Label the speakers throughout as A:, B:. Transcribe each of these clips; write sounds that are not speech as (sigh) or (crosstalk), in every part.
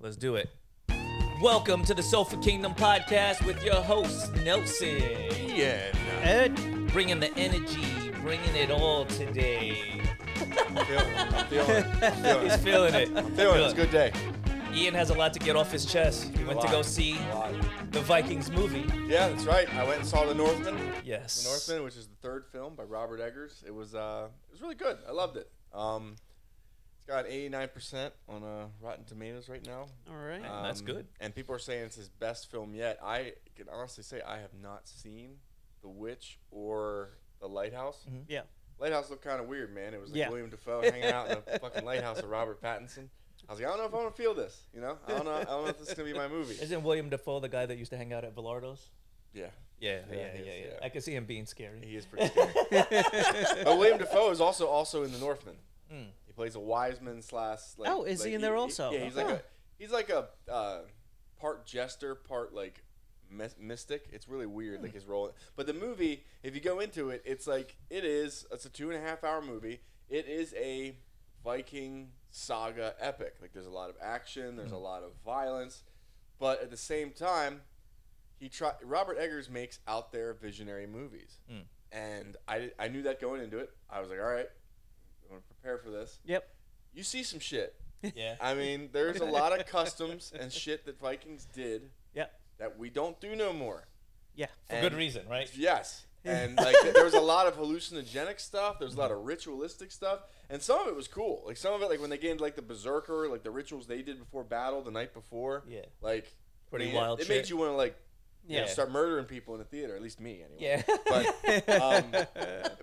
A: Let's do it. Welcome to the Sofa Kingdom podcast with your host, Nelson.
B: Yeah. nah.
A: Ed. Bringing the energy, bringing it all today.
B: I'm feeling it. I'm feeling
A: (laughs)
B: it. I'm feeling
A: He's
B: it.
A: feeling it.
B: Feeling it. It's a good day.
A: Ian has a lot to get off his chest. He went to
B: lot.
A: go see
B: A lot.
A: the Vikings movie.
B: Yeah, that's right. I went and saw The Northman.
A: Yes.
B: The Northman, which is the third film by Robert Eggers. It was uh, it was really good. I loved it. Um, it's got 89% on uh, Rotten Tomatoes right now.
C: All right.
A: Uh, that's
B: Um,
A: good.
B: And people are saying it's his best film yet. I can honestly say I have not seen The Witch or The Lighthouse.
A: Mm-hmm.
C: yeah.
B: Lighthouse looked kind of weird, man. It was like
C: Yeah.
B: William Defoe hanging out in
C: (laughs)
B: the fucking lighthouse with Robert Pattinson. I was like, I don't know if I want to feel this. You know, I don't know. I don't know if this is gonna be my movie.
C: (laughs)
A: Isn't William Defoe the guy that used to hang out at Velardo's?
B: Yeah,
A: Yeah, yeah, yeah,
B: Yeah, he
A: yeah,
B: is, yeah.
A: I can see him being scary. (laughs)
B: he (laughs) is pretty scary. but William Defoe is also also in The Northman.
A: Mm.
B: He plays a wise man slash. Like,
C: Oh, is he
B: like,
C: in there also?
B: Yeah, he's like
C: Huh.
B: a he's like a uh, part jester, part like mys- mystic. It's really weird,
C: Hmm.
B: like his role. But the movie, if you go into it, it's like it is. It's a two and a half hour movie. It is a Viking saga epic. Like there's a lot of action. There's
C: Hmm.
B: a lot of violence, but at the same time, he try Robert Eggers makes out there visionary movies,
C: Hmm.
A: Mm.
B: and I I knew that going into it. I was like, all right, I'm gonna prepare for this.
C: Yep.
B: You see some shit.
A: Yeah.
B: I mean, there's a lot of customs
A: (laughs)
B: and shit that Vikings did
C: Yep.
B: that we don't do no more.
C: Yeah.
A: For good reason, right?
B: Yes.
A: (laughs)
B: And like there was a lot of hallucinogenic stuff, there's a lot of ritualistic stuff, and some of it was cool. Like some of it like when they get into like the berserker, like the rituals they did before battle the night before.
A: Yeah.
B: Like
A: Pretty
B: I mean, it-
A: wild
B: It,
A: shit.
B: made you want to like you know,
A: Yeah.
B: start murdering people in the theater, at least me anyway.
A: Yeah.
C: (laughs)
B: But um,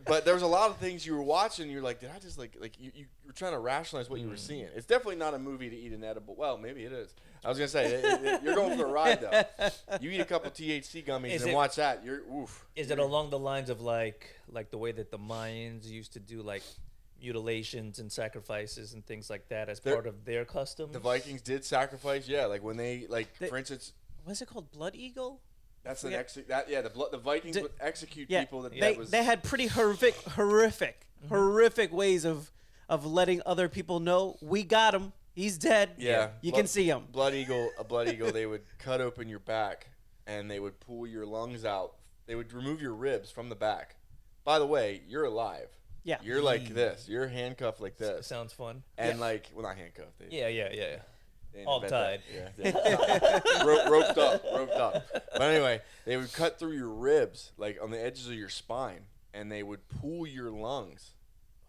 B: but there was a lot of things you were watching. You're like, did I just like like you, you were trying to rationalize what you were seeing? It's definitely not a movie to eat an edible. Well, maybe it is. I was gonna say it- it- it- you're going for a ride
C: (laughs)
B: though. You eat a couple THC gummies
A: Is
B: and
A: it-
B: watch that. You're oof.
A: Is it along the lines of like like the way that the Mayans used to do like mutilations and sacrifices and things like that as
B: They're-
A: part of their customs?
B: The Vikings did sacrifice. Yeah, like when they like
C: They-
B: for instance.
C: Was it called Blood Eagle?
B: That's the
C: Yeah.
B: next that yeah the blo- the Vikings
C: Did-
B: would execute
C: Yeah.
B: people that
C: they,
B: that was Mm-hmm.
C: they had pretty horrific, horrific, horrific ways of of letting other people know we got him. He's dead.
B: Yeah.
C: You
B: Blood-
C: can see him.
B: blood eagle a
C: (laughs)
B: blood eagle they would cut open your back and they would pull your lungs out they would remove your ribs from the back by the way you're alive
C: Yeah.
B: you're like this you're handcuffed like
A: S-
B: this
A: sounds fun.
B: and like well not handcuffed they,
A: Yeah, yeah, yeah. yeah.
B: they
A: all
B: invented that.
A: tied.
B: yeah, yeah. Ro- roped up roped up but anyway they would cut through your ribs like on the edges of your spine and they would pull your lungs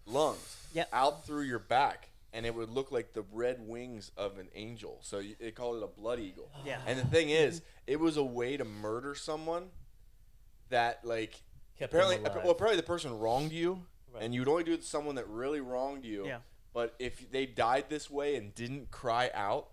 B: lungs
C: Yep.
B: out through your back and it would look like the red wings of an angel so you, they called it a blood eagle
C: Yeah.
B: and the thing is, it was a way to murder someone that like
A: Kept them
B: apparently
A: alive.
B: well apparently the person wronged you
A: Right.
B: and you'd only do it to someone that really wronged you.
C: Yeah.
B: But if they died this way and didn't cry out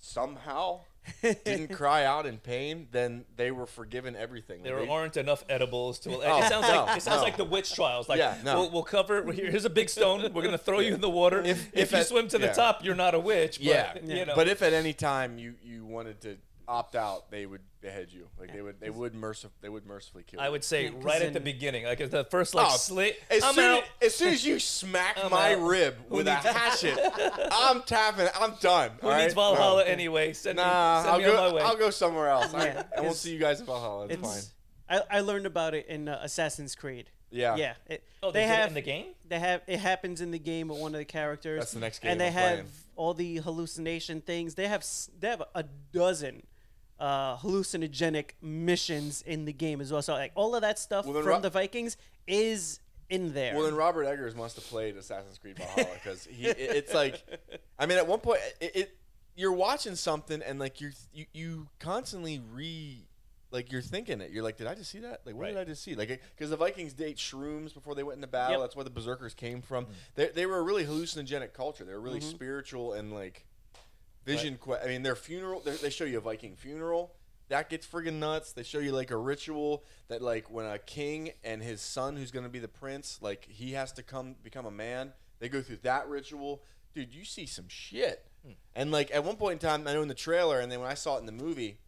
B: somehow,
A: (laughs)
B: didn't cry out in pain, then they were forgiven everything.
A: There
B: They-
A: aren't enough edibles
B: (laughs)
A: to. it
B: Oh,
A: sounds
B: no,
A: like it sounds
B: no.
A: like the witch trials. Like
B: Yeah, no.
A: we'll, we'll cover. it. Here's a big stone. We're gonna throw you in the water. If,
B: If-
A: if,
B: if
A: you
B: at-
A: swim to the
B: yeah.
A: top, you're not a witch. But,
B: (laughs) yeah.
A: you know.
B: But if at any time you you wanted to opt out, they would behead you. Like they would they would mercif- they would mercifully kill you.
A: I would say
C: Yeah, 'cause
A: right at the
C: then-
A: beginning, like the first like
B: (laughs) Oh,
A: slit.
B: As
A: I'm
B: soon
A: out.
B: as soon as you smack
A: (laughs) I'm
B: my
A: out.
B: rib with a
A: needs- (laughs)
B: hatchet, I'm tapping. I'm done.
A: Who needs Valhalla anyway? Send me,
B: Oh. Nah,
A: send
B: I'll
A: me on
B: go.
A: my way.
B: I'll go somewhere else. I-
C: Yeah,
B: I, won't
C: it's-
B: see you guys in Valhalla. It's, fine.
C: It's, I, I learned about it in uh, Assassin's Creed.
B: Yeah.
C: Yeah. It,
A: oh, they,
C: they,
A: did it
C: have
A: in the game.
C: They have it happens in the game with one of the characters.
B: That's the next game
C: And they
B: I'm
C: have
B: playing.
C: all the hallucination things. They have s- they have a dozen uh, hallucinogenic missions in the game as well. So like all of that stuff
B: Well, then
C: from
B: Ro-
C: the Vikings is in there.
B: Well, then Robert Eggers must have played Assassin's Creed Valhalla because he. it-
A: (laughs)
B: it's like, I mean, at one point, it, it you're watching something and like you're you you constantly re. Like you're thinking it, you're like, did I just see that? Like, what did
A: Right.
B: I just see? Like, because the Vikings date shrooms before they went into battle.
C: Yep.
B: That's where the berserkers came
A: Mm.
B: from. They, they were a really hallucinogenic culture. They were really
A: Mm-hmm.
B: spiritual and like vision. Que- I mean, their funeral. their- They show you a Viking funeral. That gets friggin' nuts. They show you like a ritual that like when a king and his son, who's gonna be the prince, like he has to come become a man. They go through that ritual. Dude, you see some shit.
C: Hmm.
B: And like at one point in time, I know in the trailer, and then when I saw it in the movie,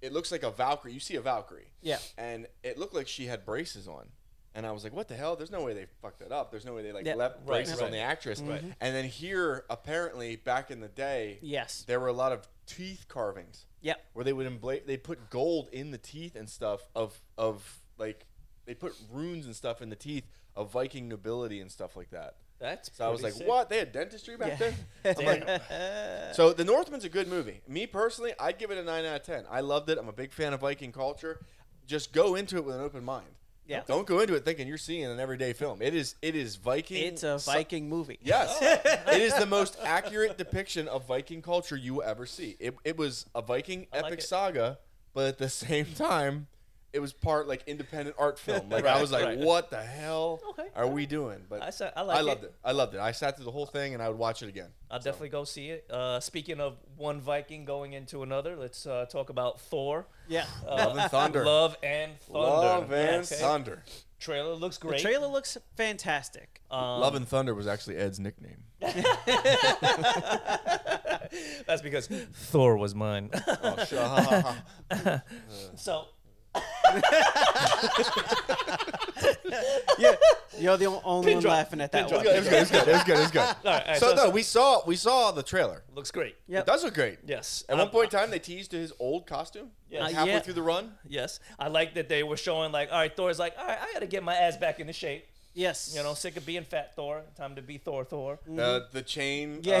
B: it looks like a Valkyrie. You see a Valkyrie.
C: Yeah.
B: And it looked like she had braces on. And I was like, what the hell? There's no way they fucked that up. There's no way they like
C: Yeah.
B: left
A: Right,
B: braces
A: right.
B: on the actress.
A: Right.
B: And then here, apparently, back in the day,
C: Mm-hmm. Yes.
B: there were a lot of teeth carvings
C: Yep.
B: where they would embla- they put gold in the teeth and stuff of of like they put runes and stuff in the teeth of Viking nobility and stuff like that.
A: That's
B: So I was
A: pretty
B: like,
A: sick.
B: what? They had dentistry back
C: Yeah. (laughs)
B: there? I'm like,
C: Uh,
B: so The Northman's a good movie. Me personally, I'd give it a nine out of ten. I loved it. I'm a big fan of Viking culture. Just go into it with an open mind.
C: Yeah.
B: Don't go into it thinking you're seeing an everyday film. It is it is Viking.
C: it's a
B: so-
C: Viking movie.
B: Yes.
A: Oh,
B: (laughs) it is the most accurate depiction of Viking culture you will ever see. It, it was a Viking
A: I like
B: epic
A: it.
B: saga, but at the same time, it was part like independent art film. Like I
A: Right,
B: was like,
A: right.
B: what the hell
A: Okay,
B: are we doing? But
A: I,
B: I,
A: sa- I, like
B: loved it. I loved it. I sat through the whole thing and I would watch it again.
A: I'll definitely go see it. Uh, speaking of one Viking going into another, let's uh, talk about Thor.
C: Yeah.
A: Uh,
B: Love and Thunder.
A: Love and Thunder.
B: Love and
A: Okay.
B: Thunder.
A: Trailer looks
C: The
A: great.
C: trailer looks fantastic. Uh,
A: Um,
B: Love and Thunder was actually Ed's
A: (laughs)
B: nickname.
A: That's because Thor was mine. (laughs)
B: Oh, sh- ha, ha, ha.
A: so
C: yeah. You're the only
A: Pin
C: one
A: drop.
C: laughing at that
A: Pin
B: It was
C: one.
B: good. (laughs) It was good. It was good. It was good. It was
A: right,
B: good.
A: (laughs) all right,
B: so
A: so-
B: no, we saw we saw the trailer.
A: looks great.
C: Yep.
B: It does look great.
A: Yes.
B: At
A: I'm-
B: one point in time, they teased his old costume.
A: Yeah.
B: like
C: Uh,
B: halfway
C: yeah.
B: through the run.
A: Yes. I like that they were showing like, all right, Thor's like, all right, I gotta get my ass back into shape.
C: Yes.
A: You know, sick of being fat Thor. Time to be Thor Thor. Um,
B: Uh, the chain.
C: Mm-hmm. Yeah,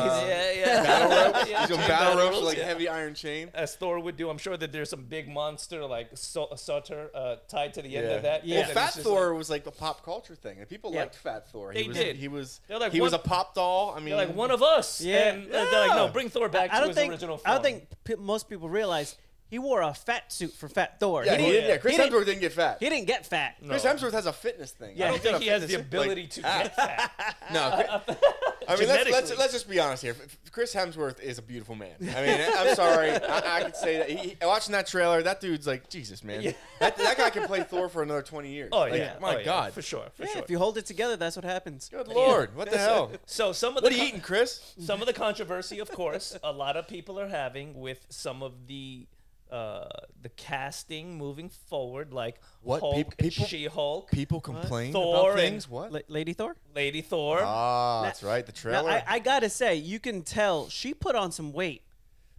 B: (laughs) uh,
C: he's-
A: yeah,
B: Battle
A: yeah.
B: ropes.
A: (laughs) Yeah,
B: He's on
A: chain
B: battle ropes
A: rules,
B: like
A: yeah.
B: heavy iron chain.
A: As Thor would do, I'm sure that there's some big monster like Su- Sutter uh, tied to the end of that.
C: Yeah.
B: Well,
A: And
B: Fat
A: it's just
B: Thor was like the pop culture thing, and people
C: Yeah.
B: liked Fat Thor.
A: They
B: he was,
A: did.
B: He was.
A: They're like
B: he was a
A: one-
B: pop doll. I mean,
A: Like, they're like one of us.
C: Yeah.
A: And uh, they're like, no, bring Thor back
C: I
A: to
C: don't
A: his
C: think
A: original form.
C: I don't think p- most people realize he wore a fat suit for Fat Thor.
B: Yeah, he didn't. Yeah, Chris
C: he didn't-
B: Hemsworth didn't get fat.
C: He didn't get fat.
B: Chris Hemsworth has a fitness thing.
C: Yeah.
A: I don't
C: I
B: he's got
A: think
B: a
A: he has the
B: fitness-
A: ability
B: like,
A: to
B: ah.
A: get fat.
C: (laughs)
B: No. Chris- I mean, let's, let's
A: Uh, Genetically.
B: let's just be honest here. F- f- Chris Hemsworth is a beautiful man. I mean, I'm sorry, I, I could say that. He, he- watching that trailer, that dude's like Jesus, man.
A: Yeah.
B: That, that guy can play Thor for another 20 years.
A: Oh
B: Like,
A: yeah,
B: my
A: Oh, yeah.
B: God,
A: for sure, for
C: yeah,
A: sure.
C: if you hold it together, that's what happens.
B: Good lord, what the hell?
A: so some of the
B: What are you
A: con-
B: eating, Chris?
A: some of the controversy, of course, a lot of people are having with some of the uh, the casting moving forward, like
B: What?
A: Hulk
B: Peop-
A: and
B: people-
A: She-Hulk,
B: People complain
A: Thor
B: about things.
A: and-
B: What?
C: La- Lady Thor.
A: Lady Thor.
B: Ah, that's right. The
C: Now,
B: trailer.
C: I, I gotta say, you can tell she put on some weight.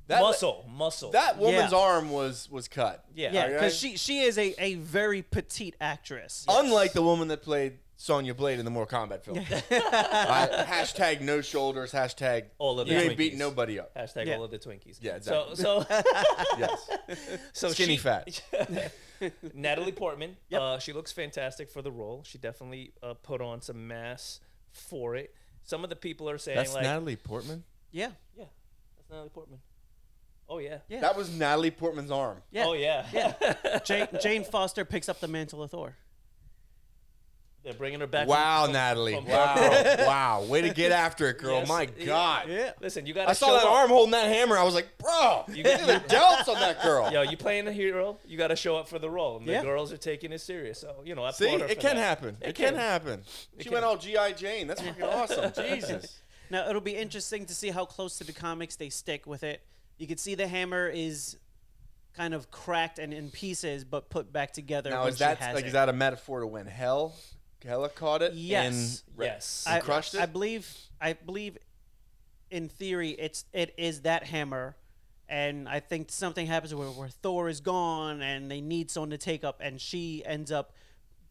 B: that,
A: muscle, muscle.
B: That woman's
C: Yeah.
B: arm was was cut.
A: yeah,
C: Yeah,
B: Okay.
C: because she she is a, a very petite actress.
B: Unlike the woman that played Sonya Blade in the Mortal Kombat
A: (laughs)
B: film. I- hashtag no shoulders. Hashtag
A: All of
B: you
A: the
B: ain't beating
A: Twinkies.
B: nobody
A: (laughs)
B: up.
A: Hashtag
C: Yeah.
A: all of the Twinkies.
B: Yeah,
A: So,
B: (laughs)
A: so,
B: Yes.
A: so
B: Skinny
A: Oh, (laughs) she-
B: fat.
A: Natalie Portman.
C: Yep.
A: Uh, she looks fantastic for the role. She definitely uh, put on some mass for it. Some of the people are saying like,
B: Portman.
C: Yeah,
A: yeah, that's Natalie Portman. Oh yeah.
C: Yeah.
B: That was Natalie Portman's arm.
C: yeah.
A: Oh yeah. Yeah.
C: Jane, Jane Foster picks up the mantle of Thor.
A: (laughs) They're bringing her back.
B: Wow,
A: from-
B: Natalie.
A: from-
B: Wow, wow. Way to get after it,
A: (laughs)
B: girl.
A: Yes.
B: My
A: Yeah.
B: God.
A: Listen, you got.
B: I saw that arm holding that hammer. I was like, bro, you
A: get-
B: (laughs) get the delts on that girl.
A: Yo, you playing a hero, you got to show up for the role. And the
C: Yeah.
A: girls are taking it serious. So, you know, I applaud
B: See,
A: her
B: it
A: for
B: can
A: that.
B: happen. It,
A: It
B: can,
A: can.
B: happen. she went all GI Jane. That's fucking (laughs) awesome.
A: (laughs)
B: Jesus.
C: Now it'll be interesting to see how close to the comics they stick with it. You can see the hammer is kind of cracked and in pieces, but put back together.
B: Now
C: when
B: is
C: she
B: that
C: has
B: like
C: it.
B: is that a metaphor to when hell, Hella caught it?
C: Yes.
B: and re-
A: Yes.
B: and
C: I,
B: crushed it.
C: I believe. I believe, in theory, it's it is that hammer, and I think something happens where, where Thor is gone, and they need someone to take up, and she ends up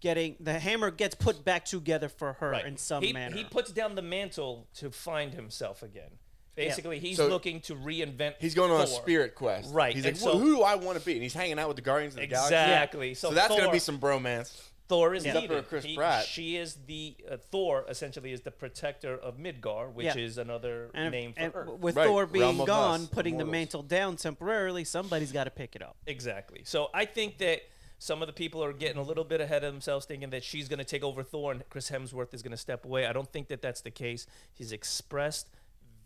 C: getting the hammer gets put back together for her
A: Right.
C: in some
A: he,
C: manner.
A: He puts down the mantle to find himself again. Basically, he's
B: So-
A: looking to reinvent.
B: he's going on a
A: Thor.
B: spirit quest.
A: Right,
B: He's like,
A: and
B: "Well,
A: so-
B: who do I want to be? And he's hanging out with the Guardians of the Galaxy.
A: Exactly.
B: So,
A: So,
B: that's gonna
A: Thor-
B: be some bromance.
A: Thor is
C: Yeah.
A: needed.
B: Except for Chris
A: He-
B: Pratt.
A: She is the uh, Thor. Essentially, is the protector of Midgar, which
C: Yeah.
A: is another
C: and,
A: name for
C: and
A: Earth.
C: with
B: Right,
C: Thor
B: realm
C: being
B: of
C: gone,
B: us,
C: putting the
B: immortals.
C: mantle down temporarily, somebody's got to pick it up.
A: Exactly. So I think that some of the people are getting a little bit ahead of themselves, thinking that she's going to take over Thor and Chris Hemsworth is going to step away. I don't think that that's the case. He's expressed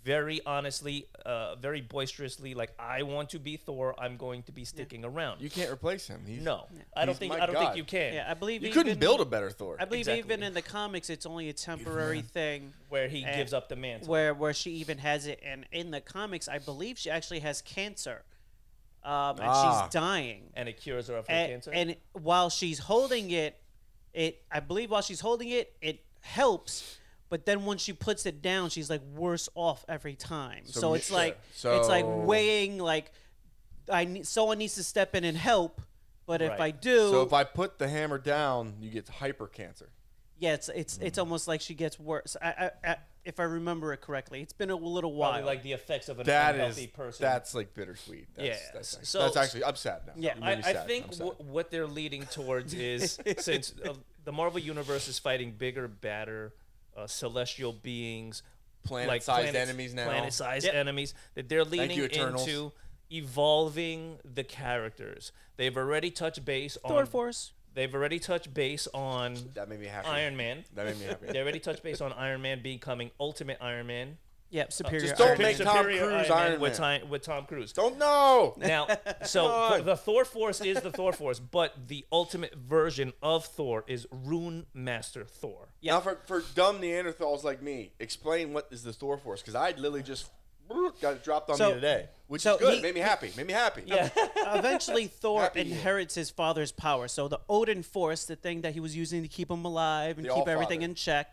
A: very honestly, uh, very boisterously, like I want to be Thor. I'm going to be sticking around.
B: You can't replace him. He's,
A: no, I don't
B: He's
A: think
B: my
A: I don't
B: God.
A: think you can.
C: Yeah, I believe
B: You
C: even-
B: couldn't build a better Thor.
C: I believe
A: Exactly.
C: even in the comics, it's only a temporary thing.
A: Where he
C: And-
A: gives up the mantle.
C: where where she even has it and in the comics i believe she actually has cancer um, and
B: Ah.
C: she's dying
A: and it cures her of her
C: and,
A: cancer.
C: and while she's holding it It, I believe, while she's holding it, it helps. But then once she puts it down, she's like worse off every time. So,
B: So
C: it's
B: sure.
C: like it's like
B: So-
C: weighing like I need someone needs to step in and help. But if
A: Right.
C: I do,
B: So if I put the hammer down, you get hyper cancer.
C: yeah, it's it's it's almost like she gets worse. I, I, I, if I remember it correctly, it's been a little
A: Probably
C: while.
A: like the effects of an
B: That
A: unhealthy
B: is
A: person.
B: that's like bittersweet. That's,
A: Yeah,
B: that's, actually,
A: so-
B: that's actually I'm sad now.
C: Yeah,
B: You
A: I,
B: made me
A: I
B: sad. I'm
A: think
B: sad.
A: w- what they're leading (laughs) towards is since uh, the Marvel universe is fighting bigger, badder, uh, celestial beings,
B: Planet-sized enemies now.
A: planet-sized
C: Yep.
A: enemies that they're leaning
B: you, Eternals.
A: into evolving the characters. They've already touched base
C: Thor
A: on
C: Force.
A: They've already touched base on
B: that made me happy.
A: Iron Man.
B: That made me
A: (laughs)
B: happy.
A: They already touched base on Iron Man becoming Ultimate Iron Man.
C: Yep, superior.
B: just don't
C: Iron Man.
B: make
A: (laughs)
B: Tom Cruise Iron
A: with
B: Man.
A: Tom, with Tom Cruise.
B: Don't know. (laughs)
A: Now, so
B: Come
A: th-
B: on.
A: the Thor Force is the Thor Force, but the ultimate version of Thor is Rune Master Thor.
B: Now for, for dumb Neanderthals like me, explain what is the Thor Force because I literally just got it dropped on
C: So-
B: me today, which
C: so
B: is good.
C: he-
B: made me happy. Made me happy. Yeah.
C: Eventually, Thor
B: Happy Year.
C: inherits his father's power. So the Odin Force, the thing that he was using to keep him alive and
B: The
C: keep
B: Allfather.
C: everything in check.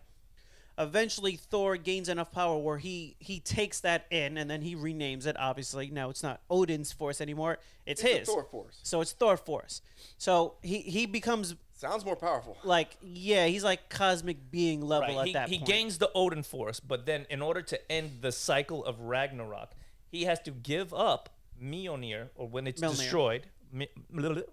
C: Eventually, Thor gains enough power where he he takes that in and then he renames it. Obviously, now it's not Odin's force anymore; it's,
B: the
C: his.
B: Thor Force.
C: So it's Thor Force. So he he becomes
B: Sounds more powerful.
C: like yeah, he's like cosmic being level at
A: He,
C: that
A: he
C: point.
A: gains the Odin Force, but then in order to end the cycle of Ragnarok, he has to give up Mjolnir, or when it's
C: Mjolnir.
A: destroyed. Mi-
C: Mjolnir.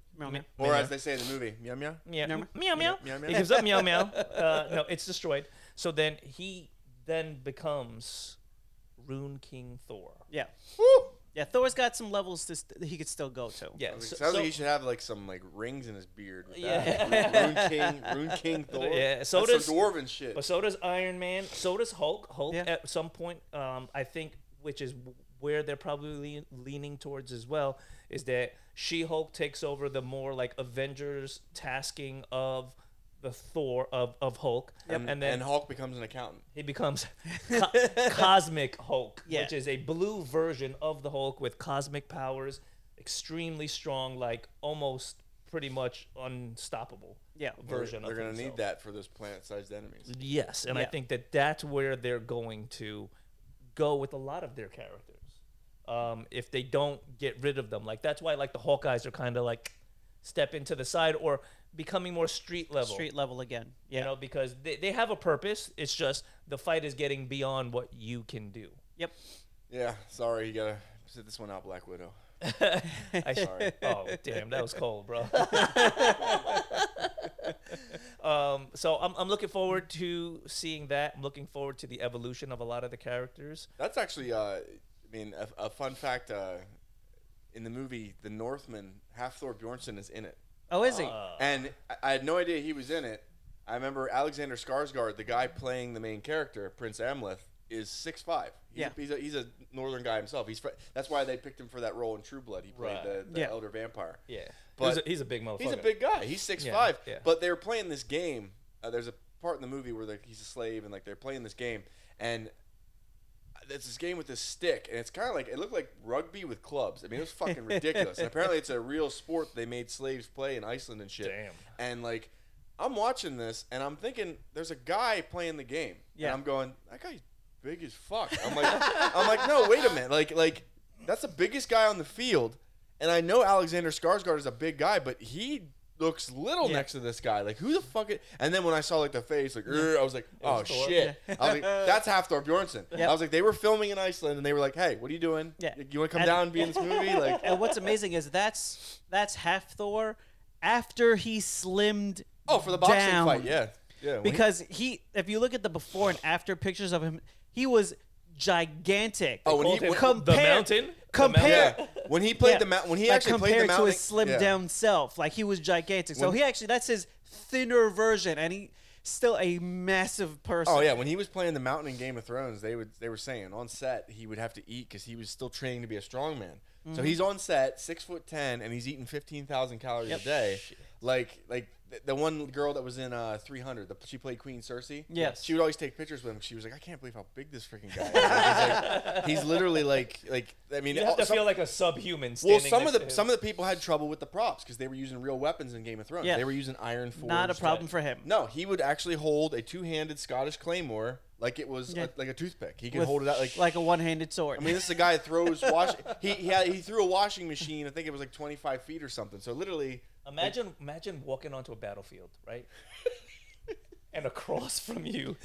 B: Or as they say in the movie, yum yum.
A: Yeah.
C: Meow,
A: Meow meow.
B: Meow, meow.
A: It gives up meow meow.
B: (laughs)
A: Uh, no, it's destroyed. So then he then becomes Rune King Thor.
C: yeah,
B: Woo!
C: yeah. Thor's got some levels to st- that he could still go to.
A: Yeah. so-
B: Sounds like
A: so-
B: he should have like some like rings in his beard. With
A: Yeah.
B: That. Rune King, Rune King Thor.
A: (laughs) Yeah, so
B: That's
A: does-
B: some dwarven shit.
A: But so does Iron Man. So does Hulk. Hulk
C: Yeah.
A: at some point, um, I think, which is where they're probably leaning towards as well, is that She Hulk takes over the more like Avengers tasking of the Thor of, of Hulk,
B: and,
A: and then
B: and Hulk becomes an accountant.
A: he
C: (laughs)
A: becomes co- Cosmic Hulk,
C: Yeah.
A: which is a blue version of the Hulk with cosmic powers, extremely strong, like almost pretty much unstoppable.
C: Yeah.
B: They're-
A: version.
B: They're
A: of
B: gonna
A: himself.
B: need that for those planet-sized enemies.
A: Yes, and I
C: Yeah.
A: think that that's where they're going to go with a lot of their characters. Um, if they don't get rid of them, like that's why like the Hawkeyes are kind of like step into the side or becoming more street level.
C: street level again. Yeah.
A: You know, because they, they have a purpose. It's just the fight is getting beyond what you can do.
C: Yep.
B: Yeah. Sorry, you gotta sit this one out, Black Widow.
A: I
C: (laughs)
A: sorry. Oh damn, that was cold, bro. um, so I'm, I'm looking forward to seeing that. I'm looking forward to the evolution of a lot of the characters.
B: That's actually, uh, I mean, a, a fun fact. Uh, in the movie The Northman, half Thor Bjornsson is in it,
C: Oh, is he?
B: and I, I had no idea he was in it. I remember Alexander Skarsgård, the guy playing the main character, Prince Amleth, is six five.
C: Yeah.
B: he's a, he's a northern guy himself. He's fr- that's why they picked him for that role in True Blood. He played
A: Right.
B: the, the
C: Yeah.
B: elder vampire.
A: Yeah,
B: But-
A: he's, a, he's a big motherfucker.
B: He's a big guy. He's six
A: Yeah,
B: five.
A: yeah.
B: But they were playing this game. Uh, there's a part in the movie where like he's a slave and like they're playing this game and it's this game with this stick and it's kind of like it looked like rugby with clubs. I mean, it
A: (laughs)
B: was fucking ridiculous. And apparently, it's a real sport they made slaves play in Iceland and shit.
A: Damn.
B: And like, I'm watching this and I'm thinking there's a guy playing the game.
C: Yeah.
B: And I'm going, that guy's big as fuck. I'm like, (laughs) I'm like, no, wait a minute. Like, like that's the biggest guy on the field. And I know Alexander Skarsgård is a big guy, but he looks little
C: Yeah.
B: next to this guy. Like, who the fuck? Is, and then when I saw like the face, like, "Ur," I was like, oh
A: was Thor.
B: shit. I
C: (laughs)
B: was like, that's half Thor Bjornsson.
C: Yep.
B: I was like, they were filming in Iceland, and they were like, hey, what are you doing?
C: Yeah.
B: You want to come
C: And-
B: down and be in
C: (laughs)
B: this movie? Like,
C: and what's amazing is that's that's half Thor after he slimmed.
B: oh, for the boxing
C: down.
B: fight, yeah, yeah. when he-
C: Because he, if you look at the before and after pictures of him, he was gigantic.
B: Oh, when he-
A: Called him
B: when-
A: the
C: Compare-
A: mountain.
C: compare-
B: yeah, when he played
C: Yeah.
B: the mountain, when he
C: Like,
B: actually played the
C: compared
B: mountain,
C: to his slimmed
B: yeah.
C: down self, like he was gigantic. So
B: When-
C: he actually that's his thinner version, and he still a massive person.
B: Oh yeah, when he was playing the mountain in Game of Thrones, they would they were saying on set he would have to eat because he was still training
C: Mm-hmm.
B: to be a strongman. So he's on set, six foot ten, and he's eating fifteen thousand calories a day. Like like th- the one girl that was in uh 300, the, she played Queen Cersei.
C: Yes.
B: She would always take pictures with him. She was like, I can't believe how big this freaking guy is. Like,
C: (laughs)
B: he's, like, he's literally like like I mean
A: You have
B: all-
A: to
B: Oh, some-
A: feel like a subhuman.
B: well,
A: Standing
B: some of
A: next to
B: the
A: him.
B: some of the people had trouble with the props because they were using real weapons in Game of Thrones.
C: Yeah.
B: They were using iron forged.
C: Not a problem for him.
B: No, he would actually hold a two-handed Scottish claymore like it was
C: Yeah.
B: a, like a toothpick. He could
C: With-
B: hold it out like
C: a one-handed sword.
B: I mean, this is a guy that throws wash. He he, had, he threw a washing machine. I think it was like 25 feet or something.
A: (laughs)
B: So literally,
A: Imagine, imagine walking onto a battlefield,
B: (laughs)
A: right? and across from you,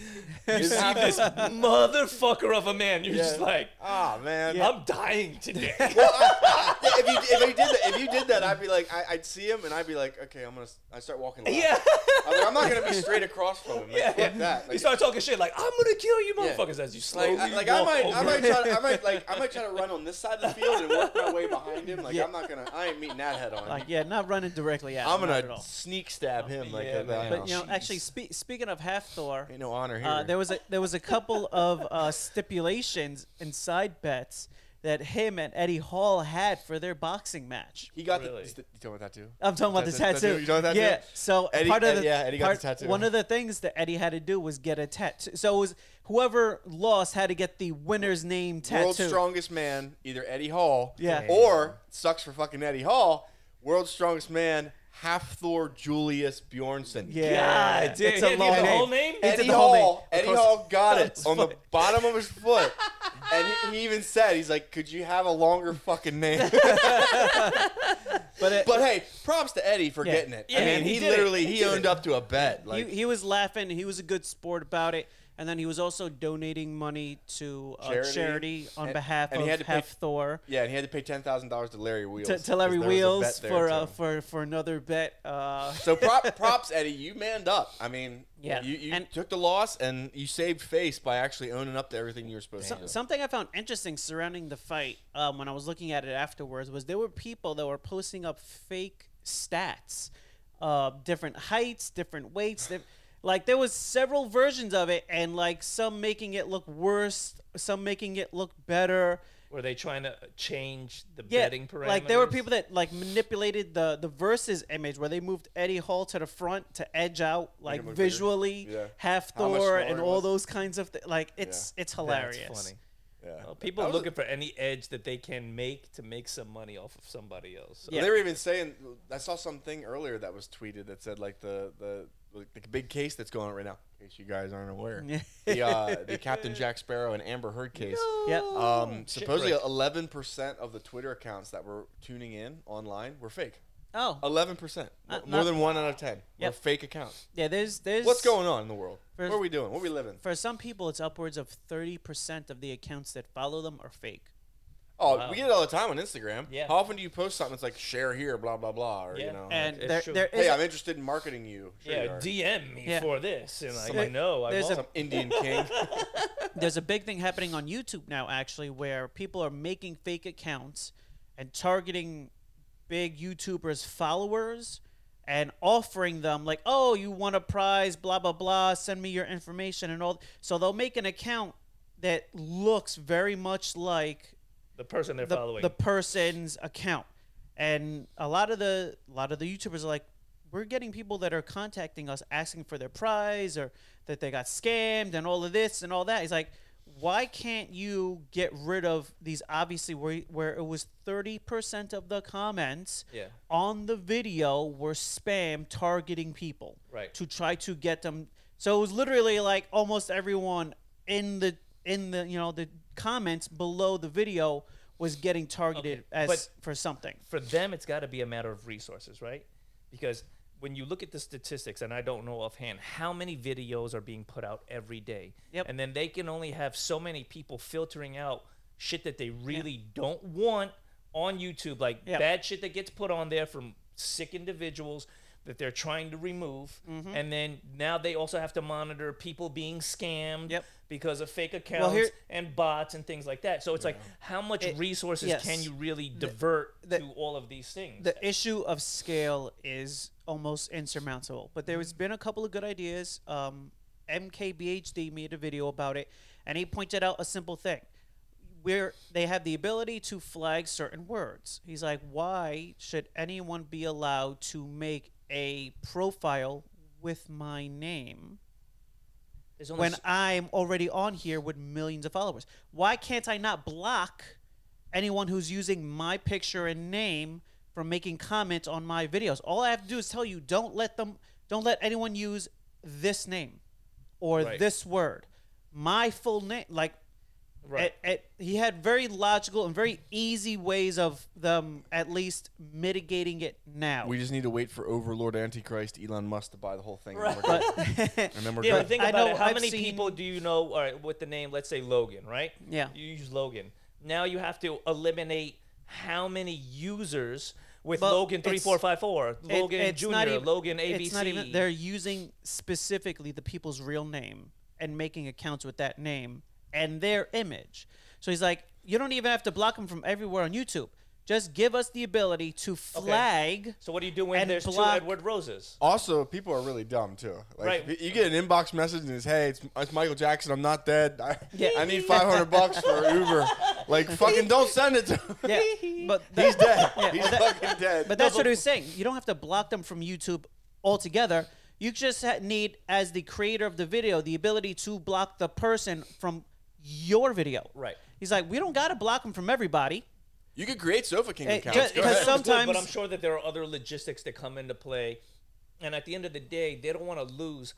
A: you see this motherfucker of a man. You're just
B: Yeah.
A: like,
B: (laughs) ah man.
A: I'm dying today.
B: (laughs) Well, I- I- if you if you did that, if you did that, I'd be like, I, I'd see him and I'd be like, okay, I'm gonna. I start walking.
A: (laughs)
B: Left.
A: yeah.
B: I'm, like, I'm not gonna be straight across from him. Like,
A: Yeah,
B: fuck
A: yeah.
B: that.
A: you
B: Like,
A: start talking shit like I'm gonna kill you,
B: Yeah.
A: motherfuckers, as you slowly
B: Like, I, like
A: walk
B: I might,
A: over.
B: I might, try to, I might, like, I might try to run on this side of the field and work my way behind him. Like,
C: Yeah.
B: I'm not gonna, I ain't meeting that head on.
C: like, yeah, not running directly at.
B: I'm
C: him, not at
B: gonna
C: all.
B: sneak stab him. Like,
A: Yeah,
B: uh,
A: man.
C: But you know,
B: jeez.
C: actually, spe- speaking of half Thor,
B: ain't no honor here.
C: uh, there was a there was a couple of uh, stipulations and side bets that him and Eddie Hall had for their boxing match.
B: he got
A: Really?
B: the. You talking about that too?
C: I'm talking about the
B: Tat-
C: tattoo.
B: tattoo. You know the tattoo?
C: Yeah. So
B: Eddie-
C: part of
B: Ed-
C: the
B: yeah, Eddie got
C: part-
B: the tattoo.
C: One of the things that Eddie had to do was get a tattoo. So it was whoever lost had to get the winner's name tattoo.
B: World's strongest man, either Eddie Hall,
C: Yeah.
B: or sucks for fucking Eddie Hall. World's strongest man, half Thor Julius Bjornsson.
C: Yeah,
A: God, damn,
C: it's
A: he
C: a
A: did
C: long
A: the
C: name.
A: whole name?
C: He
A: He
B: Eddie
C: did the whole name.
B: Hall, Eddie
C: Across-
B: Hall
C: (laughs)
B: got it
A: That's
B: on the
A: funny.
B: bottom of his foot, and he, he even said, "He's like, could you have a longer fucking name?" (laughs)
C: But, it,
B: but hey, props to Eddie for getting it.
A: Yeah,
B: I mean,
A: he
B: he,
A: did it.
B: literally
A: He
B: he
A: did
B: owned
A: it.
B: up to a bet. Like,
C: he, he was laughing. He was a good sport about it. And then he was also donating money to uh, charity.
B: Charity.
C: on
B: And-
C: behalf
B: and
C: of
B: he had to pay-
C: Half Thor.
B: yeah, and he had to pay ten thousand dollars to Larry Wheels.
C: to,
B: 'cause
C: to Larry
B: there was a
C: Wheels
B: bet there,
C: for
B: too.
C: uh, for for another bet. Uh,
B: So
C: (laughs)
B: prop, props, Eddie. You manned up. I mean,
C: Yeah.
B: you, you
C: And-
B: took the loss and you saved face by actually owning up to everything you were supposed
C: so,
B: to do.
C: something I found interesting surrounding the fight um, when I was looking at it afterwards was there were people that were posting up fake stats, uh, different heights, different weights. Diff- like there was several versions of it, and like some making it look worse, some making it look better.
A: (laughs) Were they trying to change the
C: Yeah,
A: betting parameters?
C: like there were people that like manipulated the the versus image where they moved Eddie Hall to the front to edge out like
B: him look bigger.
C: visually
B: Yeah.
C: half
B: How much
C: Thor
B: smaller
C: and
B: he
C: all
B: was.
C: those kinds of th- like it's
A: That's
C: it's hilarious.
A: funny.
B: Yeah.
A: Well, people
B: That
A: are
B: was a-
A: looking for any edge that they can make to make some money off of somebody else. So-
C: Yeah.
B: They were even saying I saw something earlier that was tweeted that said like the the like, the big case that's going on right now. In case you guys aren't
C: (laughs)
B: aware, the uh, the Captain Jack Sparrow and Amber Heard case.
C: Yep.
B: Um,
A: Shit
B: supposedly,
A: wreck.
B: eleven percent of the Twitter accounts that were tuning in online were fake.
C: Oh
B: Eleven percent, more
C: Not- not-
B: than one out of ten, were
C: Yep.
B: fake accounts.
C: yeah, there's there's
B: What's going on in the world?
C: First-
B: what are we doing? What are we living?
C: for some people it's upwards of thirty percent of the accounts that follow them are fake.
B: Oh,
A: Wow.
B: we get it all the time on Instagram.
A: Yeah.
B: How often do you post something? It's like share here, blah blah blah, or
A: Yeah.
B: you know,
C: And
A: it's
C: there,
A: true.
C: there is
B: hey, I'm interested in marketing you. Sure you
A: Yeah,
B: are.
A: DM me
C: Yeah.
A: for this, and I
B: Somebody-
A: know I
C: There's a-
A: won't.
B: Some Indian king. (laughs)
C: there's a big thing happening on YouTube now, actually, where people are making fake accounts and targeting big YouTubers' followers and offering them like, "Oh, you want a prize? Blah blah blah. Send me your information and all." So they'll make an account that looks very much like
A: the person they're
C: the,
A: following.
C: the person's account, and a lot of the a lot of the YouTubers are like. We're getting people that are contacting us asking for their prize or that they got scammed and all of this and all that. It's like, why can't you get rid of these? Obviously, where, where it was 30% of the comments
A: Yeah.
C: on the video were spam targeting people
A: Right.
C: to try to get them. So it was literally like almost everyone in the in the you know the comments below the video was getting targeted
A: Okay,
C: as
A: but-
C: for something.
A: for them, it's got to be a matter of resources, right? Because when you look at the statistics, and I don't know offhand how many videos are being put out every day,
C: Yep.
A: and then they can only have so many people filtering out shit that they really don't want on YouTube, like
C: Yep.
A: bad shit that gets put on there from sick individuals that they're trying to remove,
C: Mm-hmm.
A: and then now they also have to monitor people being scammed
C: Yep.
A: because of fake accounts
C: here-
A: and bots and things like that. So it's like, how much
C: It-
A: resources
C: yes.
A: can you really divert
C: the-
A: to all of these things.
C: The issue of scale is almost insurmountable, but there has been a couple of good ideas. Um, MKBHD made a video about it, and he pointed out a simple thing. Where they have the ability to flag certain words. He's like, why should anyone be allowed to make a profile with my name
A: There's only
C: when
A: s-
C: I'm already on here with millions of followers? Why can't I not block anyone who's using my picture and name from making comments on my videos? All I have to do is tell you don't let them don't let anyone use this name or
A: Right.
C: this word. My full name like
A: right.
C: it- it- he had very logical and very easy ways of them at least mitigating it now.
B: We just need to wait for Overlord Antichrist Elon Musk to buy the whole thing.
A: Right.
B: And, we're
C: but (laughs)
B: good.
A: (laughs)
B: and then we're
A: yeah,
B: good.
A: but think
C: I
A: about
C: know
A: it. How
C: I've
A: many
C: seen-
A: people do you know all right, with the name, let's say Logan, right?
C: Yeah.
A: You use Logan. Now you have to eliminate how many users with
C: But
A: Logan three
C: it's-
A: four five four,
C: it-
A: Logan
C: it's
A: Junior,
C: not even-
A: Logan ABC.
C: it's not even- they're using specifically the people's real name and making accounts with that name and their image. So he's like, you don't even have to block them from everywhere on YouTube. Just give us the ability to flag.
A: (laughs) so what do you do when
C: and
A: there's
C: block-
A: two Edward Roses?
B: Also, people are really dumb too. Like,
A: Right.
B: if you get an inbox message and it's, "Hey, it's, it's Michael Jackson. I'm not dead. I,
C: Yeah.
B: I need 500 bucks for
C: (laughs)
B: Uber." Like, fucking, don't send it to. Him.
C: Yeah, but
B: He's dead.
C: Yeah,
B: He's
C: well, that-
B: fucking dead.
C: But that's what he was saying. You don't have to block them from YouTube altogether. You just ha- need, as the creator of the video, the ability to block the person from your video.
A: Right.
C: He's like, we don't gotta block them from everybody.
B: you could create Sofa King
C: Hey,
B: accounts.
C: ju-
B: Go
C: 'cause
B: ahead.
C: some-
A: Understood, but
C: sometimes-
A: I'm sure that there are other logistics that come into play, and at the end of the day, they don't want to lose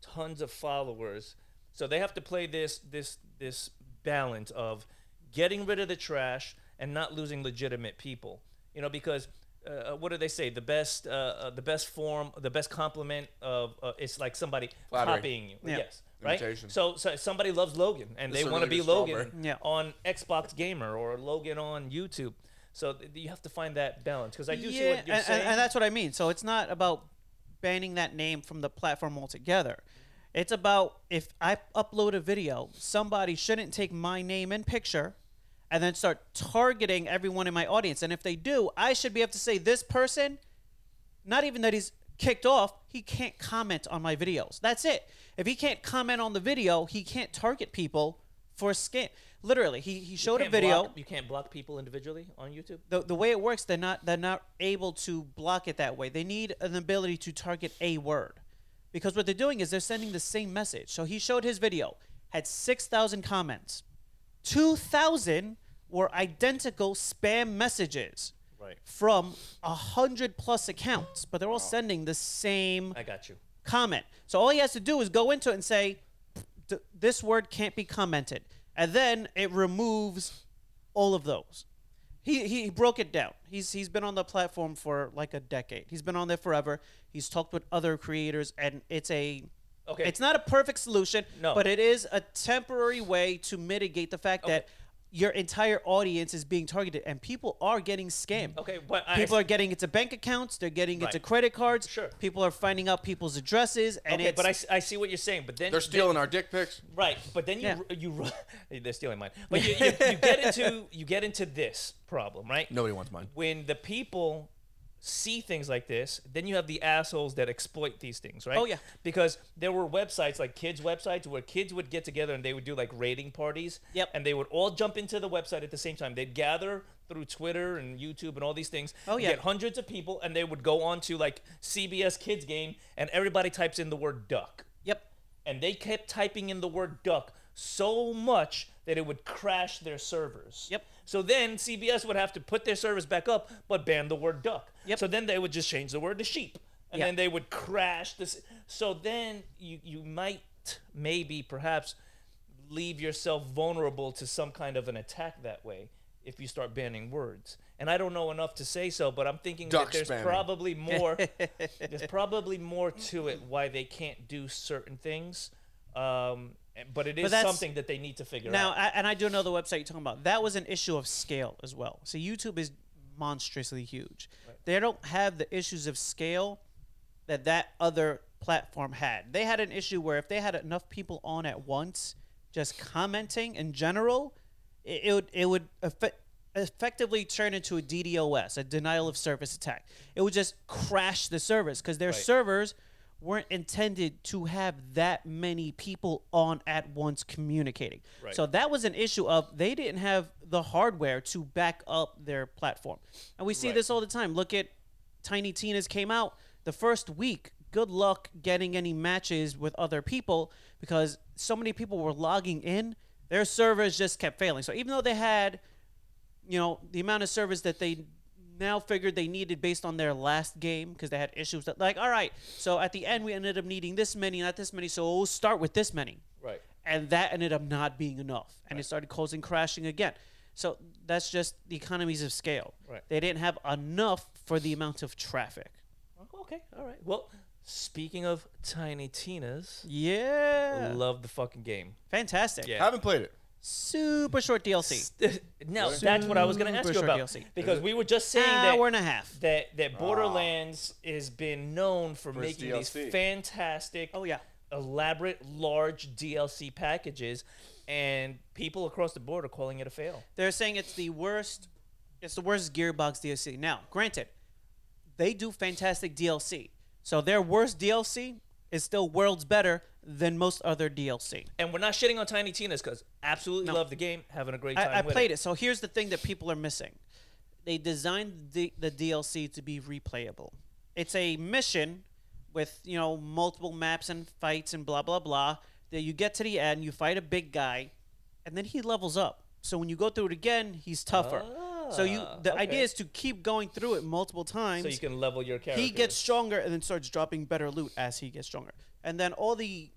A: tons of followers, so they have to play this this this balance of getting rid of the trash and not losing legitimate people. You know, because uh, what do they say? The best uh, uh, the best form, the best compliment of uh, it's like somebody
B: Flattery.
A: copying you.
C: Yeah.
A: Yes. Right.
B: Imitation.
A: So, so somebody loves Logan and
B: That's
A: they
B: a
A: want to
B: really
A: be
B: good
A: Logan
B: strawberry.
C: Yeah.
A: on Xbox Gamer or Logan on YouTube. So th- you have to find that balance because I do see
C: yeah,
A: what you're
C: and,
A: saying.
C: and, and that's what I mean. So it's not about banning that name from the platform altogether. It's about if I upload a video, somebody shouldn't take my name and picture and then start targeting everyone in my audience. And if they do, I should be able to say this person, not even that he's kicked off, he can't comment on my videos. That's it. If he can't comment on the video, he can't target people for scam. Literally, he, he
A: You
C: showed a
A: can't
C: video
A: block- you can't block people individually on YouTube.
C: the, the way it works they're not they're not able to block it that way they need an ability to target a word because what they're doing is they're sending the same message so he showed his video had 6000 comments 2000 were identical spam messages
A: Right.
C: from 100 plus accounts but they're all sending the same
A: I got you.
C: comment. So all he has to do is go into it and say, "Th- "This word can't be commented," and then it removes all of those. He, he broke it down. He's he's been on the platform for like a decade. He's been on there forever. He's talked with other creators, and it's a
A: Okay.
C: It's not a perfect solution,
A: No.
C: but it is a temporary way to mitigate the fact that your entire audience is being targeted, and people are getting scammed.
A: Okay, but I-
C: people are getting into bank accounts. They're getting into
A: Uh, Right.
C: credit cards.
A: Sure.
C: People are finding out people's addresses, and
A: okay,
C: it's
A: but I, s- I see what you're saying. But then
B: They're stealing our dick pics.
A: Right, but then you
C: Yeah.
A: you (laughs) they're stealing
C: (laughs)
A: mine. But you, you, you get into you get into this problem, right?
B: Nobody wants mine.
A: When the people see things like this, then you have the assholes that exploit these things, right?
C: Oh, yeah.
A: Because there were websites like kids websites where kids would get together and they would do like rating parties.
C: Yep.
A: And they would all jump into the website at the same time. They'd gather through Twitter and YouTube and all these things.
C: Oh, yeah.
A: Get hundreds of people and they would go on to like CBS Kids game and everybody types in the word duck
C: yep,
A: and they kept typing in the word duck so much that it would crash their servers.
C: Yep.
A: So then CBS would have to put their servers back up, but ban the word duck.
C: Yep.
A: So then they would just change the word to sheep, and
C: Yeah.
A: then they would crash this. So then you you might maybe perhaps leave yourself vulnerable to some kind of an attack that way if you start banning words. And I don't know enough to say so, but I'm thinking
B: Duck
A: that there's
B: spamming.
A: probably probably more there's probably more to it why they can't do certain things um, but it is
C: that's-
A: something that they need to figure
C: Now,
A: out
C: I, and I do know the website you're talking about. That was an issue of scale as well. So YouTube is monstrously huge. They don't have the issues of scale that that other platform had. They had an issue where if they had enough people on at once, just commenting in general, it, it would it would affect. Effectively turn into a DDoS, a denial of service attack. It would just crash the service because their servers weren't intended to have that many people on at once communicating.
A: Right.
C: So that was an issue of they didn't have the hardware to back up their platform. And we see
A: Right.
C: this all the time. Look at Tiny Tina's came out. the first week, good luck getting any matches with other people because so many people were logging in. Their servers just kept failing. So even though they had, you know, the amount of servers that they now figured they needed based on their last game because they had issues that like all right so at the end we ended up needing this many not this many so we'll start with this many
A: Right.
C: and that ended up not being enough and it started causing crashing again so that's just the economies of scale
A: Right.
C: they didn't have enough for the amount of traffic
A: Okay. All right. Well, speaking of Tiny Tina's,
C: yeah
A: love the fucking game.
C: fantastic
A: Yeah.
B: Haven't played it.
C: super short dlc
A: St- (laughs) now that's what I was going to ask
C: Super
A: you
C: short
A: about
C: DLC.
A: because we were just saying
C: hour
A: that
C: and a half
A: that, that Borderlands has been known for
B: its
A: making
B: DLC.
A: these fantastic,
C: oh yeah
A: elaborate, large DLC packages, and people across the board are calling it a fail.
C: They're saying it's the worst. It's the worst Gearbox DLC. Now, granted, they do fantastic DLC. So their worst DLC is still worlds better than most other DLC.
A: And we're not shitting on Tiny Tina's because absolutely love the game, having a great time.
C: I, I
A: with
C: played it. So here's the thing that people are missing. They designed the, the DLC to be replayable. It's a mission with, you know, multiple maps and fights and blah blah blah. That you get to the end, you fight a big guy, and then he levels up. So when you go through it again, he's tougher. so you
A: Ah,
C: the
A: okay.
C: idea is to keep going through it multiple times.
A: So you can level your character.
C: he gets stronger and then starts dropping better loot as he gets stronger. And then all the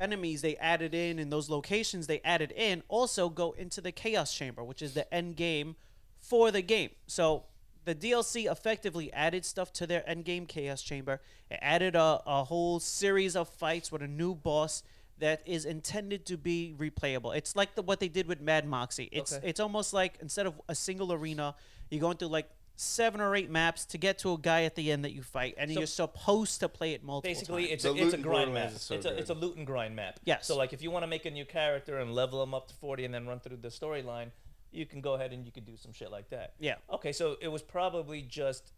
C: enemies they added in and those locations they added in also go into the chaos chamber, which is the end game for the game. So the DLC effectively added stuff to their end game chaos chamber. It added a, a whole series of fights with a new boss that is intended to be replayable. It's like the, what they did with Mad Moxie. It's
A: Okay.
C: it's almost like instead of a single arena, you're going through like seven or eight maps to get to a guy at the end that you fight, and you're supposed to play it multiple
A: Basically,
C: times.
A: it's
B: The
A: a, it's
B: loot
A: a
B: in
A: grind map.
B: Borderlands is so
A: it's, a, it's a loot and grind map.
C: Yes.
A: So like, if you want to make a new character and level them up to forty, and then run through the storyline, you can go ahead and you could do some shit like that.
C: Yeah.
A: Okay, so it was probably just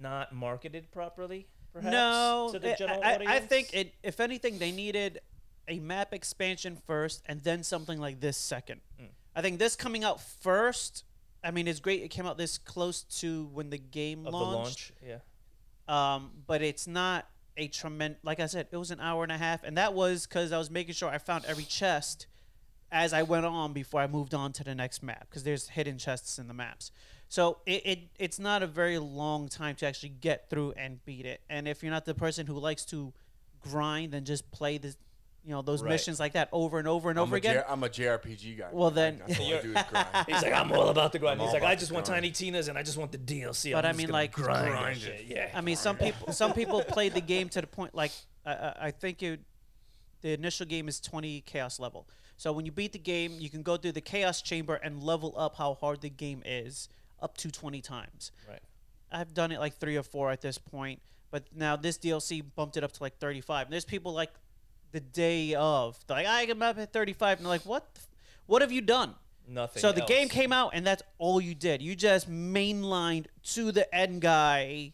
A: not marketed properly, perhaps.
C: no, eh,
A: To the
C: I-
A: general
C: I,
A: audience.
C: I think it. If anything, they needed a map expansion first, and then something like this second.
A: Mm.
C: I think this coming out first. I mean, it's great. It came out this close to when the game
A: of
C: launched.
A: the launch. Yeah.
C: um, but it's not a tremendous. Like I said, it was an hour and a half, and that was because I was making sure I found every chest as I went on before I moved on to the next map because there's hidden chests in the maps. So it, it it's not a very long time to actually get through and beat it. And if you're not the person who likes to grind and just play this, you know, those
A: Right.
C: missions like that over and over and
B: I'm
C: over
B: a
C: again.
B: J- I'm a JRPG guy.
C: Well,
B: man.
C: then-
B: that's all I do is grind.
C: (laughs)
A: He's like, I'm all about the grind.
B: I'm
A: He's
B: all
A: like, I
B: about
A: just
B: the
A: want
B: grind.
A: Tiny Tina's, and I just want the DLC.
C: But
A: I'm
C: I
A: just
C: mean,
A: gonna
C: like,
A: grind, that
B: grind
A: shit.
B: it.
A: Yeah.
C: I mean, some people some people played the game to the point like I- I, I think it, the initial game is 20 chaos level. So when you beat the game, you can go through the chaos chamber and level up how hard the game is up to 20 times.
A: right.
C: I've done it like three or four at this point, but now this DLC bumped it up to like 35. And there's people like the day of, they're like I am up at 35, and they're like, what, the f- what have you done?
A: Nothing.
C: So the game
A: else.
C: came out, and that's all you did. You just mainlined to the end guy,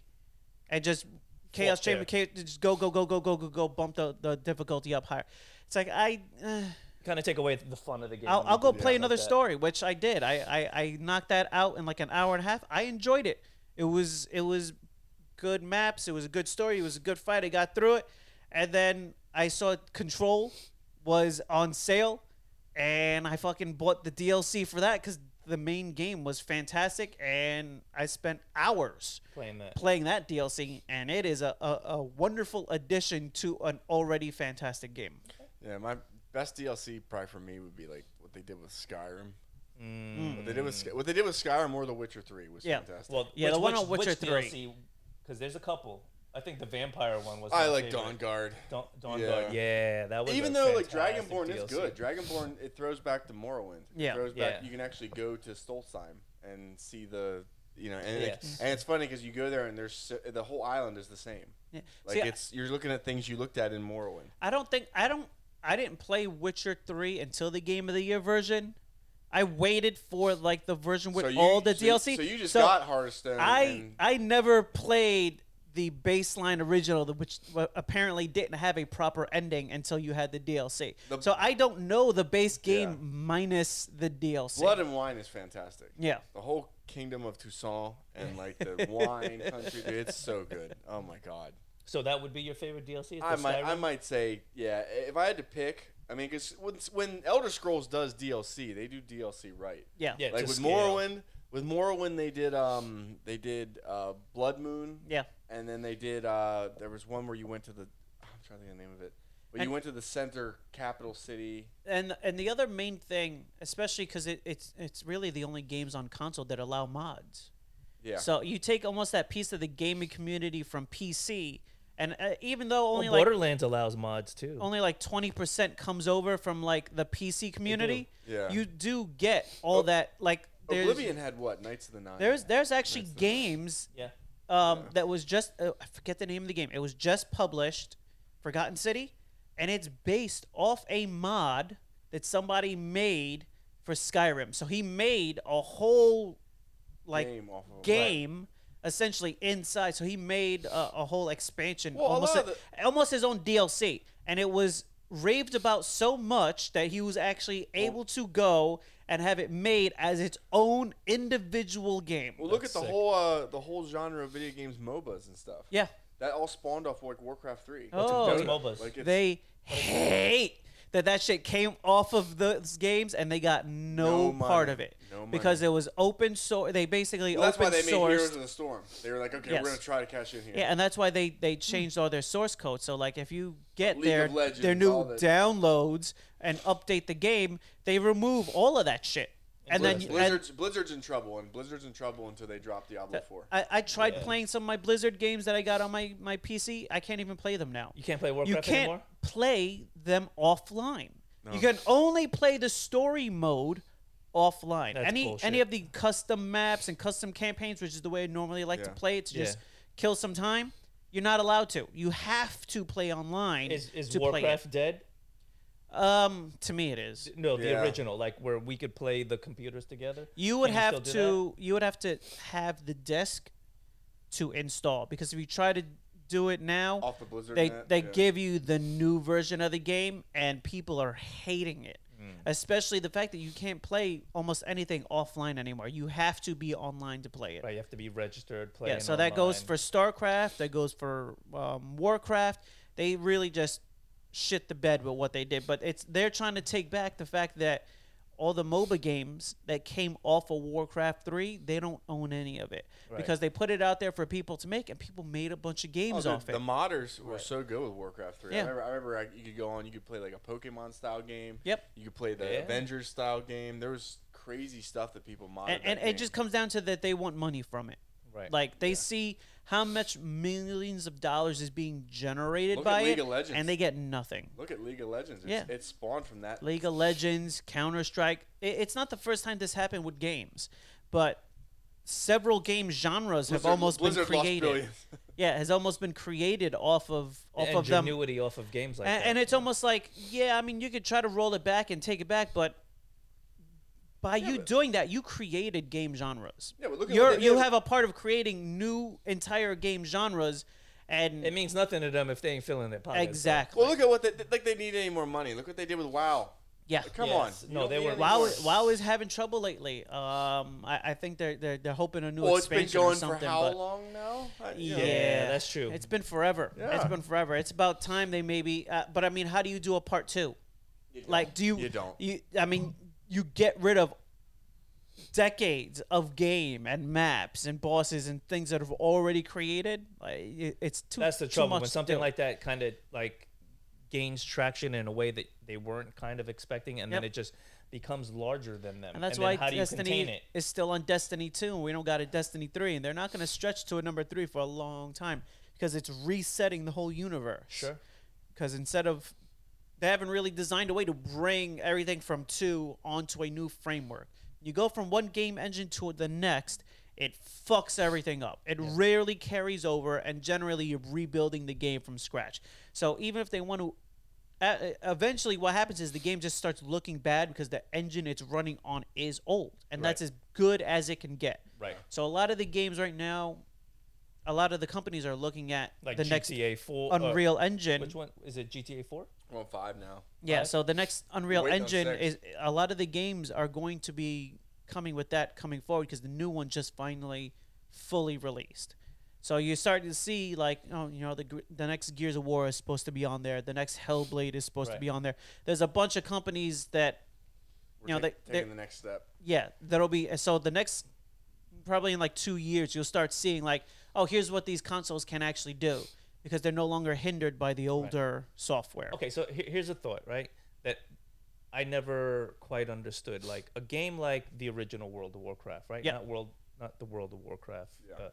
C: and just chaos
A: Fought
C: chamber, chaos, just go go go go go go go, bump the, the difficulty up higher. It's like I, uh,
A: kind of take away the fun of the game.
C: I'll,
A: when you
C: I'll go
A: do
C: play
A: stuff
C: another
A: like that.
C: story, which I did. I, I I knocked that out in like an hour and a half. I enjoyed it. It was it was good maps. It was a good story. It was a good fight. I got through it, and then I saw Control was on sale, and I fucking bought the DLC for that because the main game was fantastic, and I spent hours
A: Playing that.
C: playing that DLC, and it is a, a, a wonderful addition to an already fantastic game.
B: Yeah, my best DLC probably for me would be like what they did with Skyrim. What they did with Sky- what they did with Skyrim or The Witcher Three was
C: Yeah.
B: fantastic.
A: Well,
C: Yeah,
A: which,
C: the one
A: which,
C: on Witcher
A: which
C: 3.
A: DLC? Because there's a couple. I think the vampire one was.
B: I
A: my
B: like Dawn
A: favorite.
B: Guard.
A: Dawn. Dawn
B: Yeah.
A: Guard. Yeah, that was.
B: Even
A: a
B: though like
A: fantastic
B: Dragonborn is
A: DLC.
B: good, Dragonborn it throws back to Morrowind.
C: Yeah.
B: it throws
A: Yeah.
B: back. You can actually go to Stolzheim and see the you know, and
A: Yes.
B: it, and it's funny because you go there and there's so, the whole island is the same.
C: Yeah.
B: Like
C: See, I-
B: it's you're looking at things you looked at in Morrowind.
C: I don't think I don't I didn't play Witcher 3 until the game of the year version. I waited for like the version with
B: So you-
C: all the
B: so you-
C: DLC.
B: So you just got Hearthstone.
C: I
B: and-
C: I never played the baseline original, the- which wa- apparently didn't have a proper ending until you had the DLC.
B: The-
C: so I don't know the base game
B: Yeah.
C: minus the DLC.
B: Blood and Wine is fantastic.
C: yeah.
B: The whole kingdom of Toussaint and like
C: (laughs)
B: the wine country, dude, it's so good. Oh my god.
A: So that would be your favorite DLC? is
B: I
A: the
B: might, I
A: Skyrim?
B: might say, yeah. If I had to pick, I mean, because when, when Elder Scrolls does DLC, they do DLC right.
C: Yeah.
A: Yeah.
B: like
A: to
B: with
A: scale.
B: Morrowind, with Morrowind, they did, um, they did uh, Blood Moon.
C: Yeah.
B: And then they did. Uh, there was one where you went to the. I'm trying to think of the name of it. But you
C: And-
B: went to the center capital city.
C: And and the other main thing, especially because it, it's it's really the only games on console that allow mods.
B: Yeah.
C: So you take almost that piece of the gaming community from PC, and uh, even
B: Oh,
C: though
A: Well,
C: only like
A: Oh, Borderlands allows mods too.
C: only like twenty percent comes over from like the PC community,
B: Yeah.
C: you do get all
B: Oh,
C: that like there's
B: Oblivion had what? Knights of the Nine.
C: there's there's actually
B: That's the-
C: games
A: yeah.
C: um,
B: Yeah.
C: that was just uh, I forget the name of the game. It was just published, Forgotten City, and it's based off a mod that somebody made for Skyrim. So he made a whole like
B: game
C: game,
B: off of
C: essentially inside. So he made a, a whole expansion,
B: Well, a
C: almost
B: lot
C: a-
B: of
C: almost his own DLC, and it was raved about so much that he was actually able to go and have it made as its own individual game.
B: Well, look
A: That's
B: at the
A: sick.
B: whole uh, the whole genre of video games, MOBAs and stuff.
C: yeah.
B: That all spawned off like Warcraft Three.
C: Oh,
A: Those
C: yeah.
A: MOBAs.
B: Like it's,
C: they hate that that shit came off of those games and they got no,
B: No money.
C: part of it
B: No money.
C: because it was open source. They basically
B: well, that's why
C: open
B: they made Heroes
C: sourced.
B: in the Storm. They were like, okay,
C: Yes.
B: we're gonna try to cash in here.
C: yeah, and that's why they they changed all their source code. So like, if you get
B: League
C: their
B: of Legends,
C: their
B: all
C: new
B: that.
C: downloads and update the game, they remove all of that shit. And then
B: Blizz-
C: you, and
B: Blizzard's, Blizzard's in trouble, and Blizzard's in trouble until they drop Diablo Four.
C: I, I tried
A: Yeah.
C: playing some of my Blizzard games that I got on my my PC. I can't even play them now.
A: You can't play
C: you
A: Warcraft
C: can't
A: anymore?
C: play them offline. You can only play the story mode offline.
A: That's
C: any
A: bullshit.
C: any of the custom maps and custom campaigns, which is the way I normally like to
B: Yeah.
C: play it to just
A: Yeah.
C: kill some time, you're not allowed to. You have to play online
A: Is, is
C: to play it.
A: Warcraft dead?
C: Um, to me, it is.
A: No, the
B: Yeah.
A: original, like where we could play the computers together.
C: You would
A: Can
C: have
A: still do
C: to you would have to have the disk to install because if you try to do it now,
B: Off the Blizzard.
C: they
B: net,
C: they
B: yeah.
C: give you the new version of the game and people are hating it
B: Mm.
C: especially the fact that you can't play almost anything offline anymore you have to be online to play it
A: that? Right, you have to be registered. Play.
C: yeah so that goes for starcraft that goes for um, warcraft they really just shit the bed with what they did but it's they're trying to take back the fact that all the MOBA games that came off of Warcraft 3, they don't own any of it
A: Right.
C: because they put it out there for people to make, and people made a bunch of
B: Oh,
C: games
B: the,
C: off it.
B: the modders were so good with Warcraft Three.
C: Yeah.
B: I remember, I remember I, you could go on, you could play like a Pokemon style game.
C: Yep.
B: You could play the
A: Yeah.
B: Avengers style game. There was crazy stuff that people modded.
C: and, and
B: that
C: it just comes down to that they want money from it.
A: Right.
C: Like they see how much millions of dollars is being generated
B: Look at
C: by
B: League
C: it,
B: of Legends.
C: and they get nothing.
B: Look at League of Legends. It's,
C: Yeah.
B: it spawned from that.
C: League of Legends, Counter Strike. It's not the first time this happened with games, but several game genres have
B: Blizzard-
C: almost
B: Blizzard
C: been
B: lost
C: created. (laughs)
B: billions.
C: Yeah, has almost been created off of off of them
A: ingenuity off of games like
C: and,
A: that.
C: and it's almost like yeah i mean you could try to roll it back and take it back but by you
B: but-
C: doing that you created game genres
B: Yeah, but look at
C: You're,
B: what they
C: you
B: did.
C: have a part of creating new entire game genres and
A: it means nothing to them if they ain't filling their pockets. so-
C: exactly
B: Well, look at what they like. They need any more money. Look what they did with WoW.
C: yeah
B: Come
A: Yes.
B: on. You
A: No,
B: don't
A: they
B: need
A: were-
B: any
C: wow
B: more.
A: course.
C: wow is having trouble lately um i, I think they're, they're they're hoping a new
B: Well, it's been
C: expansion or
B: going for
C: something
B: how
C: but
B: long now? Uh, I- you
C: Yeah.
B: know,
A: that's true.
C: It's been forever. It's
B: Yeah.
C: been forever. It's about time they maybe. Uh, but I mean, how do you do a part two? Like, do you?
B: You don't.
C: You, I mean, you get rid of decades of game and maps and bosses and things that have already created. Like, it- it's too.
A: That's the
C: too
A: trouble
C: much
A: when
C: to
A: something
C: do.
A: like that kind of like gains traction in a way that they weren't kind of expecting, and then
C: Yep.
A: it just becomes larger than them.
C: And that's
A: then
C: why
A: how do you contain
C: Destiny
A: it?
C: is still on Destiny 2, and we don't got a Destiny 3, and they're not going to stretch to a number 3 for a long time because it's resetting the whole universe.
A: Sure.
C: because instead of they haven't really designed a way to bring everything from two onto a new framework. You go from one game engine to the next, it fucks everything up. It rarely carries over, and generally you're rebuilding the game from scratch. So even if they want to, uh, eventually what happens is the game just starts looking bad because the engine it's running on is old, and that's as good as it can get.
A: Right.
C: So a lot of the games right now a lot of the companies are looking at
A: Like
C: the next
A: GTA Four. uh,
C: Unreal Engine.
A: which one is it? GTA Four.
B: We're on five now.
C: Yeah,
A: Right?
C: so the next Unreal
B: Wait, no,
C: Engine
B: six.
C: is a lot of the games are going to be coming with that coming forward because the new one just finally fully released. So you're starting to see like oh you know the gr- the next Gears of War is supposed to be on there, the next Hellblade is supposed to
A: Right.
C: be on there. There's a bunch of companies that
B: We're
C: You know,
B: ta-
C: they-
B: taking
C: they-
B: the next step.
C: yeah that'll be so the next probably in like two years you'll start seeing like oh here's what these consoles can actually do because they're no longer hindered by the older software.
A: Okay, so he- here's a thought, right? That I never quite understood. Like a game like the original World of Warcraft, right?
C: Yeah.
A: Not World, not the World of Warcraft.
B: Yeah.
A: Uh,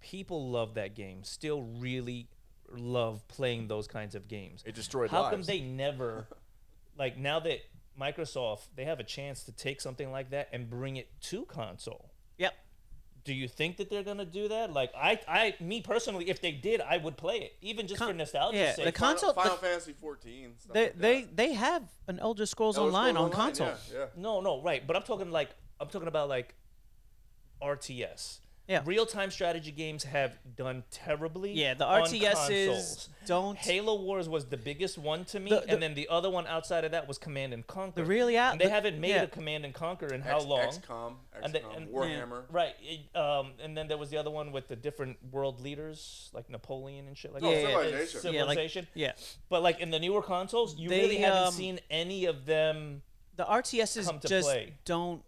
A: people love that game. Still, really love playing those kinds of games.
B: It destroyed
A: How
B: lives.
A: come
B: (laughs)
A: they never, like now that Microsoft they have a chance to take something like that and bring it to console?
C: Yep.
A: Do you think that they're gonna do that? Like I, I, me personally, if they did, I would play it, even just
C: Con-
A: for nostalgia's
C: yeah,
A: sake.
C: the con- console-
B: Final, Final
C: the-
B: Fantasy 14. stuff
C: They
B: like that.
C: they they have an Elder Scrolls
B: Elder
C: Online
B: Scrolls
C: on console.
B: Yeah, yeah.
A: No, no, right. But I'm talking like I'm talking about like RTS.
C: Yeah.
A: Real time strategy games have done terribly.
C: Yeah, the
A: on
C: RTSs
A: consoles.
C: don't.
A: Halo Wars was the biggest one to me,
C: The- the-
A: and then the other one outside of that was Command and Conquer.
C: The really out-
A: and they
C: the-
A: haven't made
C: yeah.
A: a Command and Conquer in how
B: X,
A: long?
B: XCOM, XCOM,
A: And they- and-
B: Warhammer.
A: Right, it- um, and then there was the other one with the different world leaders, like Napoleon and shit like
B: Oh,
A: that.
B: Civilization.
C: yeah, like,
A: Civilization.
C: yeah,
A: But like in the newer consoles, you
C: They,
A: really haven't
C: um,
A: seen any of them.
C: the RTSs
A: Come to
C: just
A: play.
C: don't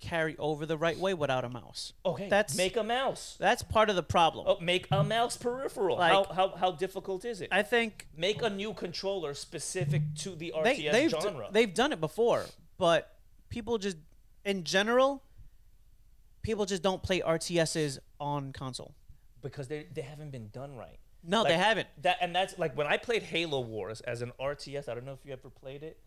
C: carry over the right way without a mouse.
A: Okay,
C: that's-
A: make a mouse.
C: That's part of the problem.
A: Oh, make a mouse peripheral.
C: Like-
A: how, how how difficult is it?
C: I think
A: make a new controller specific to the RTS
C: they they've d-
A: genre.
C: they've done it before, but people just in general, people just don't play RTSs on console.
A: because they they haven't been done right.
C: No, they
A: Like,
C: haven't.
A: That and that's like when I played Halo Wars as an RTS. I don't know if you ever played it.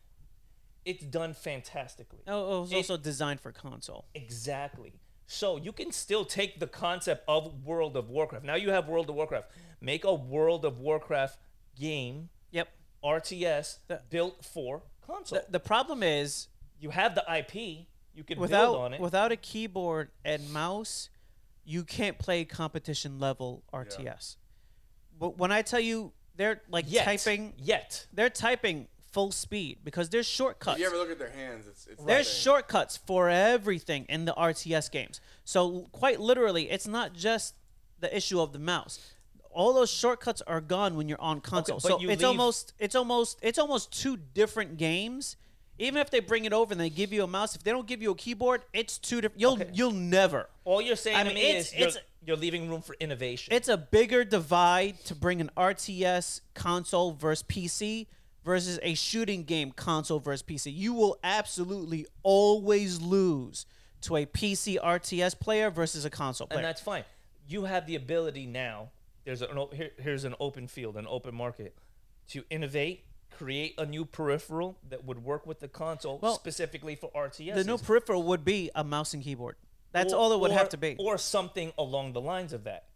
A: It's done fantastically.
C: Oh, it was
A: It-
C: also designed for console.
A: Exactly. So you can still take the concept of World of Warcraft. Now you have World of Warcraft. Make a World of Warcraft game
C: Yep.
A: RTS
C: The-
A: built for console.
C: The, the problem is
A: you have the IP. You can build on
C: without
A: it.
C: without a keyboard and mouse, you can't play competition level RTS. But when I tell you they're like
A: yet,
C: typing,
A: yet.
C: they're typing full speed because there's shortcuts.
B: If you ever look at their hands, it's, it's
C: There's
B: nothing.
C: shortcuts for everything in the RTS games. So quite literally, it's not just the issue of the mouse. All those shortcuts are gone when you're on console.
A: but
C: so
A: you
C: it's
A: leave-
C: almost it's almost it's almost two different games. Even if they bring it over and they give you a mouse, if they don't give you a keyboard, it's two different. You'll you'll never.
A: All you're saying
C: I
A: to
C: mean,
A: me
C: it's-
A: is you're,
C: it's-
A: you're leaving room for innovation.
C: It's a bigger divide to bring an RTS console versus PC versus a shooting game console versus PC. You will absolutely always lose to a PC RTS player versus a console player.
A: and that's fine. You have the ability now. There's an o- here, here's an open field, an open market, to innovate, create a new peripheral that would work with the console
C: Well,
A: specifically for RTS.
C: the new peripheral would be a mouse and keyboard. That's all it would have to be.
A: or something along the lines of that.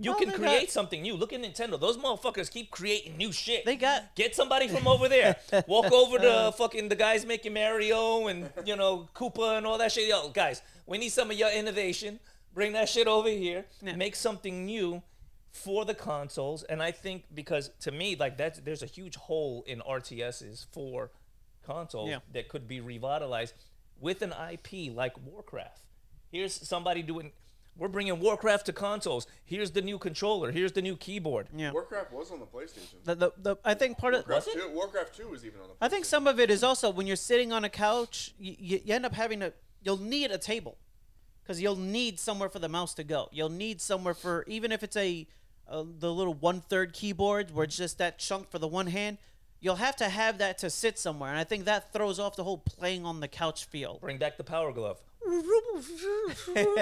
A: You
C: Well,
A: can
C: they got-
A: create something new. Look at Nintendo; those motherfuckers keep creating new shit.
C: They got- Uh.
A: get somebody from over
C: (laughs)
A: there. Walk over to fucking the guys making Mario and you know Koopa and all that shit. Yo, guys, we need some of your innovation. Bring that shit over here. Make something new for the consoles. And I think because to me, like that's there's a huge hole in RTSs for consoles
C: Yeah.
A: that could be revitalized with an IP like Warcraft. Here's somebody doing. We're bringing Warcraft to consoles. Here's the new controller. Here's the new keyboard.
C: yeah.
B: Warcraft was on the PlayStation.
C: The, the, the, I think part of
B: Warcraft
A: Was it?
B: 2, Warcraft 2 was even on the PlayStation.
C: I think some of it is also when you're sitting on a couch, you, you, you end up having to. You'll need a table, because you'll need somewhere for the mouse to go. You'll need somewhere for even if it's a, uh the little one third keyboard where it's just that chunk for the one hand. You'll have to have that to sit somewhere, and I think that throws off the whole playing on the couch feel.
A: Bring back the power glove.
C: Because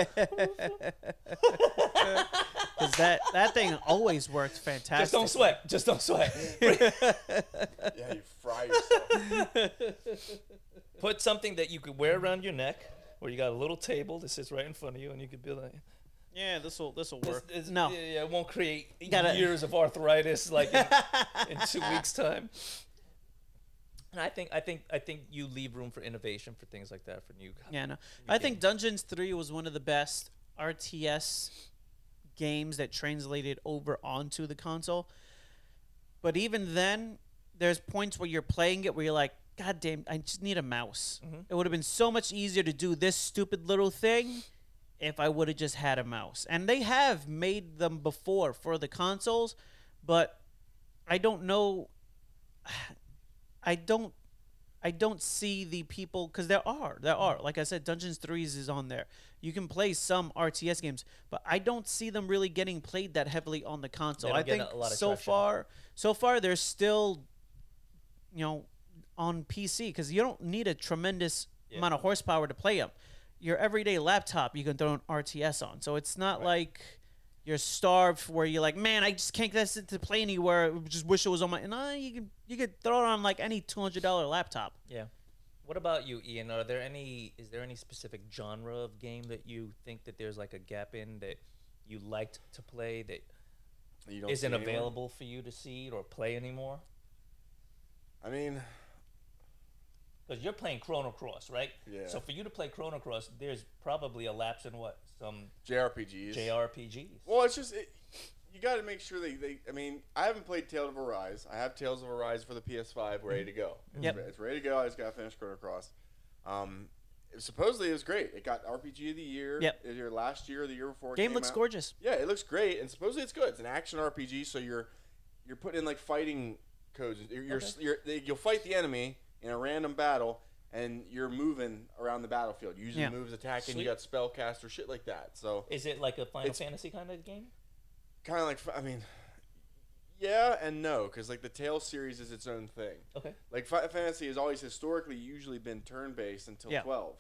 C: that that thing always worked fantastic.
A: Just don't sweat. Just don't sweat.
B: Yeah, you fry
C: (laughs)
B: yourself.
A: Put something that you could wear around your neck, where you got a little table that sits right in front of you, and you could be like,
C: Yeah, this will this will
A: It's- it's-
C: No.
A: yeah, yeah, it won't create
C: Gotta-
A: years of arthritis like in, in two weeks' time. And I think I think I think you leave room for innovation for things like that for new.
C: Yeah, no. I think Dungeons 3 was one of the best RTS games that translated over onto the console. But even then, there's points where you're playing it where you're like, God damn, I just need a mouse. It would have been so much easier to do this stupid little thing if I would have just had a mouse. And they have made them before for the consoles, but I don't know. I don't. I don't see the people because there are there are like I said, Dungeons Threes is on there. You can play some RTS games, but I don't see them really getting played that heavily on the console.
A: don't
C: I
A: get
C: think
A: a lot of
C: so
A: traction.
C: far, so far they're still, you know, on PC because you don't need a tremendous amount of horsepower to play them. Your everyday laptop, you can throw an RTS on, so it's not like you're starved for where you're like, man, I just can't get this to play anywhere. I Just wish it was on my. No, you can you could throw it on like any two hundred dollar laptop.
A: Yeah. What about you, Ian? Are there any is there any specific genre of game that you think that there's like a gap in that you liked to play that
B: You don't
A: isn't
B: see anyone.
A: available for you to see or play anymore?
B: I mean,
A: Because you're playing Chrono Cross, right?
B: Yeah.
A: So for you to play Chrono Cross, there's probably a lapse in what some
B: JRPGs.
A: JRPGs.
B: Well, it's just it, you got to make sure that they. I mean, I haven't played Tales of Arise. I have Tales of Arise for the PS5 ready to go. It's
C: Mm-hmm. Yep.
B: re- It's, ready to go. I just got to finish Chrono Cross. Um, it- supposedly it was great. It got RPG of the year.
C: Yep.
B: Either last year or the year before. it
C: Game
B: came
C: looks
B: out.
C: gorgeous.
B: Yeah, it looks great, and supposedly it's good. It's an action RPG, so you're you're putting in like fighting codes. You're, you're, you're they, you'll fight the enemy in a random battle, and you're moving around the battlefield using
C: Yeah.
B: moves, attacking.
A: Sweet.
B: You got spellcast or shit like that. So
A: Is it like a Final
B: It's-
A: Fantasy kind of game?
B: kind of like I mean, yeah and no, because like the Tales series is its own thing.
A: Okay.
B: Like Final Fantasy has always historically usually been turn based until
C: Yeah.
B: twelve.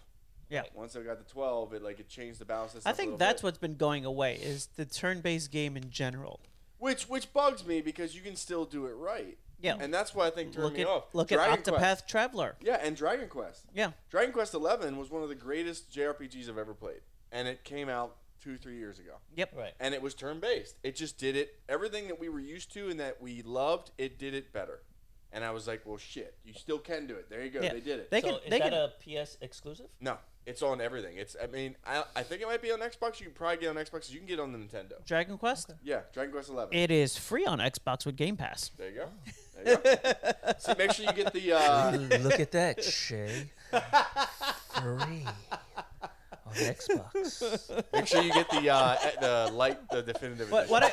C: Yeah.
B: Once they got to twelve, it like it changed the balance.
C: I think that's what's been going away is the turn-based game in general.
B: which which bugs me because you can still do it right.
C: Yeah.
B: And that's why I think turned
C: Look
B: me
C: at
B: off.
C: look
B: Dragon
C: at Octopath
B: Quest.
C: Traveler.
B: Yeah, and Dragon Quest.
C: Yeah,
B: Dragon Quest Eleven was one of the greatest JRPGs I've ever played, and it came out two three years ago.
C: yep.
A: Right.
B: and it was turn based. It just did it everything that we were used to and that we loved. It did it better, and I was like, "Well, shit, you still can do it. There you go.
C: Yeah.
B: They did it."
C: They
A: so
C: can
A: is
C: they
A: that
C: can
A: a PS exclusive?
B: no, it's on everything. It's I mean, I, I think it might be on Xbox. You can probably get it on Xbox. You can get it on the Nintendo.
C: Dragon Quest.
B: Yeah, Dragon Quest Eleven.
C: It is free on Xbox with Game Pass.
B: there you go. There you go.
C: (laughs)
B: See, make sure you get the. Uh,
A: (laughs) Look at that, Shay. Free on Xbox.
B: make sure you get the uh, eh, the light the definitive.
C: But
A: (laughs)
B: edition.
C: what I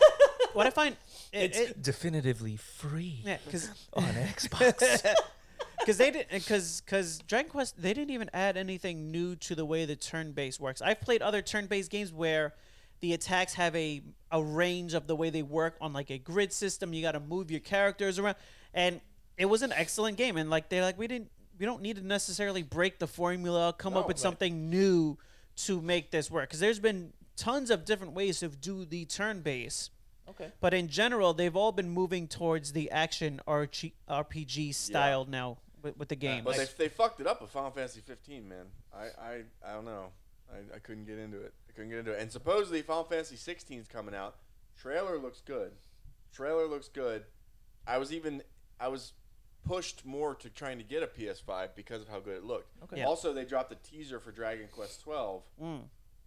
C: what I find it, it,
A: definitively free
C: yeah, 'cause-
A: on Xbox.
C: (laughs) because they didn't because because Dragon Quest they didn't even add anything new to the way the turn based works. I've played other turn based games where the attacks have a a range of the way they work on like a grid system. You got to move your characters around, and it was an excellent game. And like they're like we didn't we don't need to necessarily break the formula, come up
B: No,
C: with
B: right.
C: something new to make this work. Because there's been tons of different ways to do the turn based.
A: okay.
C: But in general, they've all been moving towards the action RG- RPG style now with, with the game.
B: But
C: Like,
B: they, they fucked it up with Final Fantasy 15, man. I, I, I don't know. I, I couldn't get into it. I couldn't get into it. And supposedly Final Fantasy 16 is coming out. Trailer looks good. Trailer looks good. I was even I was pushed more to trying to get a PS5 because of how good it looked.
A: Okay.
C: Yeah.
B: Also, they dropped a teaser for Dragon Quest 12.
C: Mm.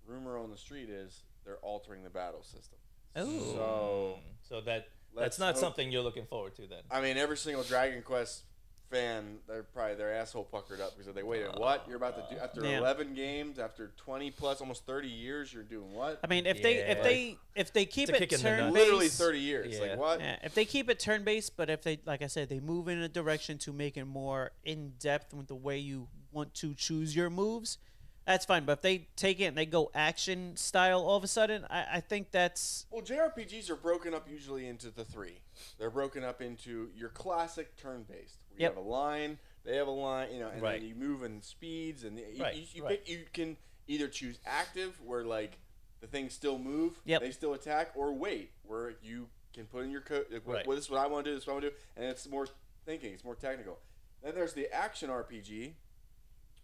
B: Rumor on the street is they're altering the battle system.
C: Ooh.
B: So
A: So that
B: Let's
A: that's not
B: hope-
A: something you're looking forward to then.
B: I mean, every single Dragon Quest fan, they're probably their asshole puckered up because they waited. What you're about to do after
C: Yeah.
B: 11 games, after 20 plus, almost 30 years, you're doing what?
C: I mean, if they if
A: Yeah.
C: they if they keep
A: It's a
C: it
A: kick in the nuts.
C: turn
B: Literally
C: based,
B: 30 years.
A: Yeah.
B: Like what?
C: yeah, if they keep it turn based, but if they like I said, they move in a direction to make it more in depth with the way you want to choose your moves, that's fine. But if they take it and they go action style all of a sudden, I, I think that's
B: Well, JRPGs are broken up usually into the three. They're broken up into your classic turn based. You
C: Yep.
B: have a line, they have a line, you know, and
A: Right.
B: then you move in speeds, and you, you-
A: Right,
B: you, you
A: right.
B: pick- you can either choose active, where like the things still move,
C: Yep.
B: they still attack, or wait, where you can put in your code. Like,
A: Right.
B: well, this is what I want to do. This is what I want to do, and it's more thinking. It's more technical. Then there's the action RPG,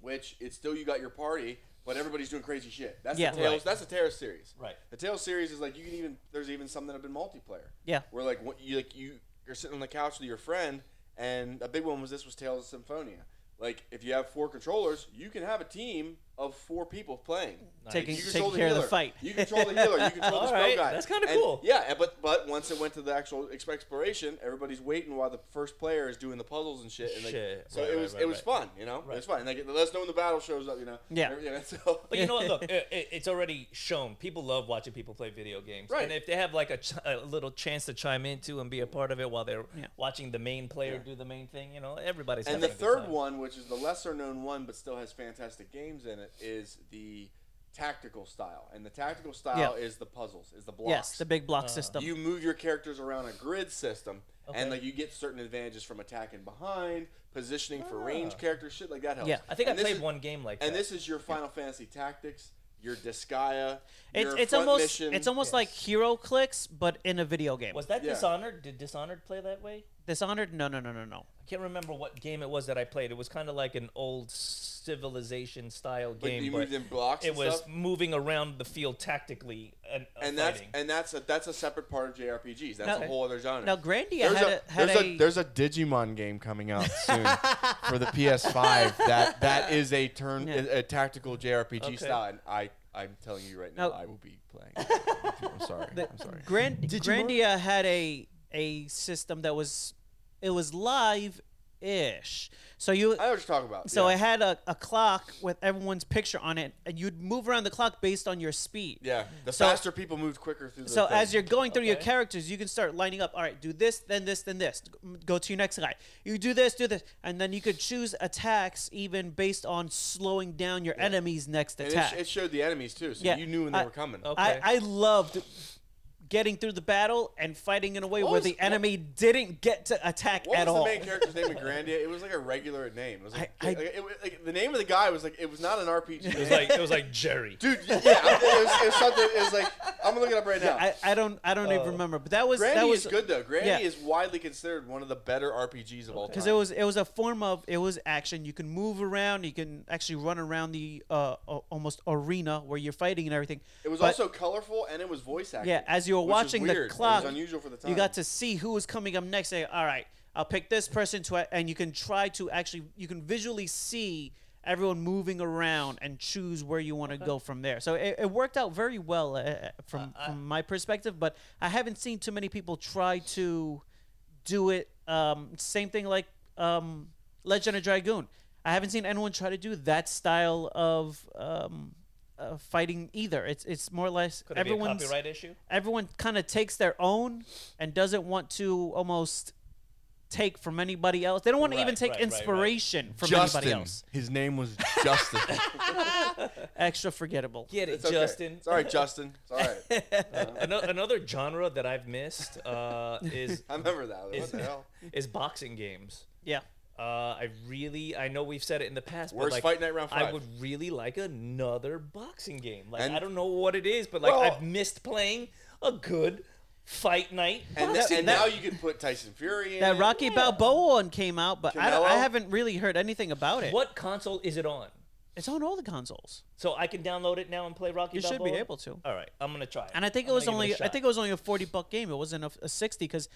B: which it's still you got your party, but everybody's doing crazy shit. That's
C: Yeah.
B: the Tales.
A: Right.
B: That's the Terror series.
A: Right.
B: The Tales series is like you can even there's even some that have been multiplayer.
C: Yeah.
B: Where like what you like you you're sitting on the couch with your friend and a big one was this was Tales of Symphonia. Like if you have four controllers, you can have a team of four people playing. You
C: Taking- taking
B: control
C: care of the
B: healer.
C: fight.
B: You control the healer. You control the
A: (laughs) All
B: spell
A: right,
B: guy.
A: that's kinda
B: And-
A: cool.
B: Yeah, and- but but once it went to the actual ex- exploration, everybody's waiting while the first player is doing the puzzles and shit. And they-
A: Shit.
B: So
A: Right,
B: it
A: right,
B: was
A: right,
B: it was
A: right.
B: fun, you know. It was fun. And they get, let us know when the battle shows up, you know.
C: Yeah.
B: And everything, (laughs) and so-
A: But you know what? Look,
B: (laughs)
A: it, it- it's already shown. People love watching people play video games,
B: Right.
A: and if they have like a, ch- a little chance to chime into and be a part of it while they're
C: Yeah.
A: watching the main player
B: Yeah.
A: do the main thing, you know, everybody's.
B: and
A: having
B: the
A: a good
B: third
A: time.
B: one, which is the lesser known one, but still has fantastic games in it, is the tactical style. And the tactical style is the puzzles, is the blocks.
C: Yes, the big block
A: Uh,
C: system.
B: you move your characters around a grid system,
A: Okay.
B: and like you get certain advantages from attacking behind, positioning for
A: Ah.
B: range characters, shit like that helps.
C: Yeah,
A: I think
B: and
A: I
B: this
A: played
B: is-
A: one game like that.
B: And this is your Final Fantasy Tactics, your Disgaea,
C: it's
B: your
C: it's
B: front
C: almost
B: mission.
C: it's almost
A: Yes.
C: like Hero Clicks, but in a video game.
A: was that
B: yeah.
A: Dishonored? Did Dishonored play that way?
C: Dishonored? No, no, no, no, no.
A: I can't remember what game it was that I played. It was kind of like an old Civilization style
B: like,
A: game,
B: you
A: but
B: moved in blocks.
A: it
B: and
A: was
B: stuff.
A: moving around the field tactically and, uh,
B: and that's
A: fighting.
B: and that's a that's a separate part of JRPGs. That's
C: Now-
B: a whole other genre.
C: Now Grandia had a, had
B: there's
C: a,
B: there's a Digimon game coming out
C: (laughs)
B: soon for the PS5 that that is a turn
C: Yeah.
B: a, a tactical JRPG
A: Okay.
B: style, and I I'm telling you right now,
C: Now-
B: I will be
C: (laughs)
B: playing. it. I'm sorry. I'm sorry.
C: Grand,
D: Digimon?
C: Grandia had a a system that was it was live ish. So you
B: I know what you're talking about.
C: so
B: yeah.
C: it had a, a clock with everyone's picture on it, and you'd move around the clock based on your speed.
B: yeah, the
C: so-
B: faster people moved quicker through. The
C: So
B: thing.
C: as you're going through your
A: Okay.
C: characters, you can start lining up. All right, do this, then this, then this. Go to your next guy. You do this, do this, and then you could choose attacks even based on slowing down your enemy's next
B: and it,
C: attack.
B: sh- it showed the enemies too, so
C: Yeah,
B: you knew when they
C: I-
B: were coming.
A: okay.
C: I, I loved getting through the battle and fighting in a way
B: What
C: where
B: was-
C: the
B: what-
C: enemy didn't get to attack
B: What
C: at
B: was
C: all.
B: the main character's name in
C: (laughs)
B: Grandia? It was like a regular name. It was like,
C: I- I-
B: like, it was- like, the name of the guy was like it was not an RPG.
A: it was like it was like Jerry.
B: dude, (laughs) yeah, it was, it was something. It was like I'm gonna look it up right now.
C: I, I don't I don't even
A: Oh.
C: remember, but that was
B: Granny
C: that was
B: is good though. Granny
C: yeah.
B: is widely considered one of the better RPGs of all time.
C: because it was it was a form of it was action. You can move around, you can actually run around the uh, a- almost arena where you're fighting and everything.
B: It was
C: But-
B: also colorful and it was voice acting.
C: yeah. As you
B: which
C: were
B: is
C: watching
B: weird.
C: the clock,
B: it was unusual for the time.
C: you got to see who was coming up next. Say, all right, I'll pick this person to, a-" and you can try to actually you can visually see everyone moving around and choose where you want to go from there. So it, it worked out very well uh, uh, from, from my perspective, but I haven't seen too many people try to do it. Um, same thing like um, Legend of Dragoon. I haven't seen anyone try to do that style of um, uh, fighting either. It's it's more or less
A: Could it
C: everyone's
A: be a copyright issue?
C: everyone kind of takes their own and doesn't want to almost take from anybody else. They don't want to
A: Right,
C: even take
A: right, right, right.
C: inspiration from anybody else.
B: His name was Justin.
C: Extra forgettable.
A: Get it,
B: (laughs) it's okay.
A: Justin.
B: It's all right, Justin. It's all right.
A: (laughs) Ano- another genre that I've missed uh, is
B: I remember that. (laughs) What
A: is,
B: the
C: (laughs)
B: hell?
A: is boxing games.
C: Yeah.
A: Uh, I really, I know we've said it in the past, but
B: Where's
A: like,
B: Fight Night Round
A: I
B: Five?
A: would really like another boxing game. Like
B: And-
A: I don't know what it is, but like
B: Well-
A: I've missed playing a good fight night.
B: And,
A: boxing
B: th- and
A: game.
B: now you can put Tyson Fury in.
C: That
B: it.
C: Rocky Balboa one came out, but I, don't- I
B: Canelo?
C: haven't really heard anything about it.
A: what console is it on?
C: It's on all the consoles.
A: So I can download it now and play Rocky.
C: You should be
A: Balboa?
C: able to.
A: All right, I'm gonna try.
C: And I think
A: I'm
C: it was
A: gonna give
C: only
A: a
C: I
A: shot.
C: think it was only a forty buck game. It wasn't a, a sixty because,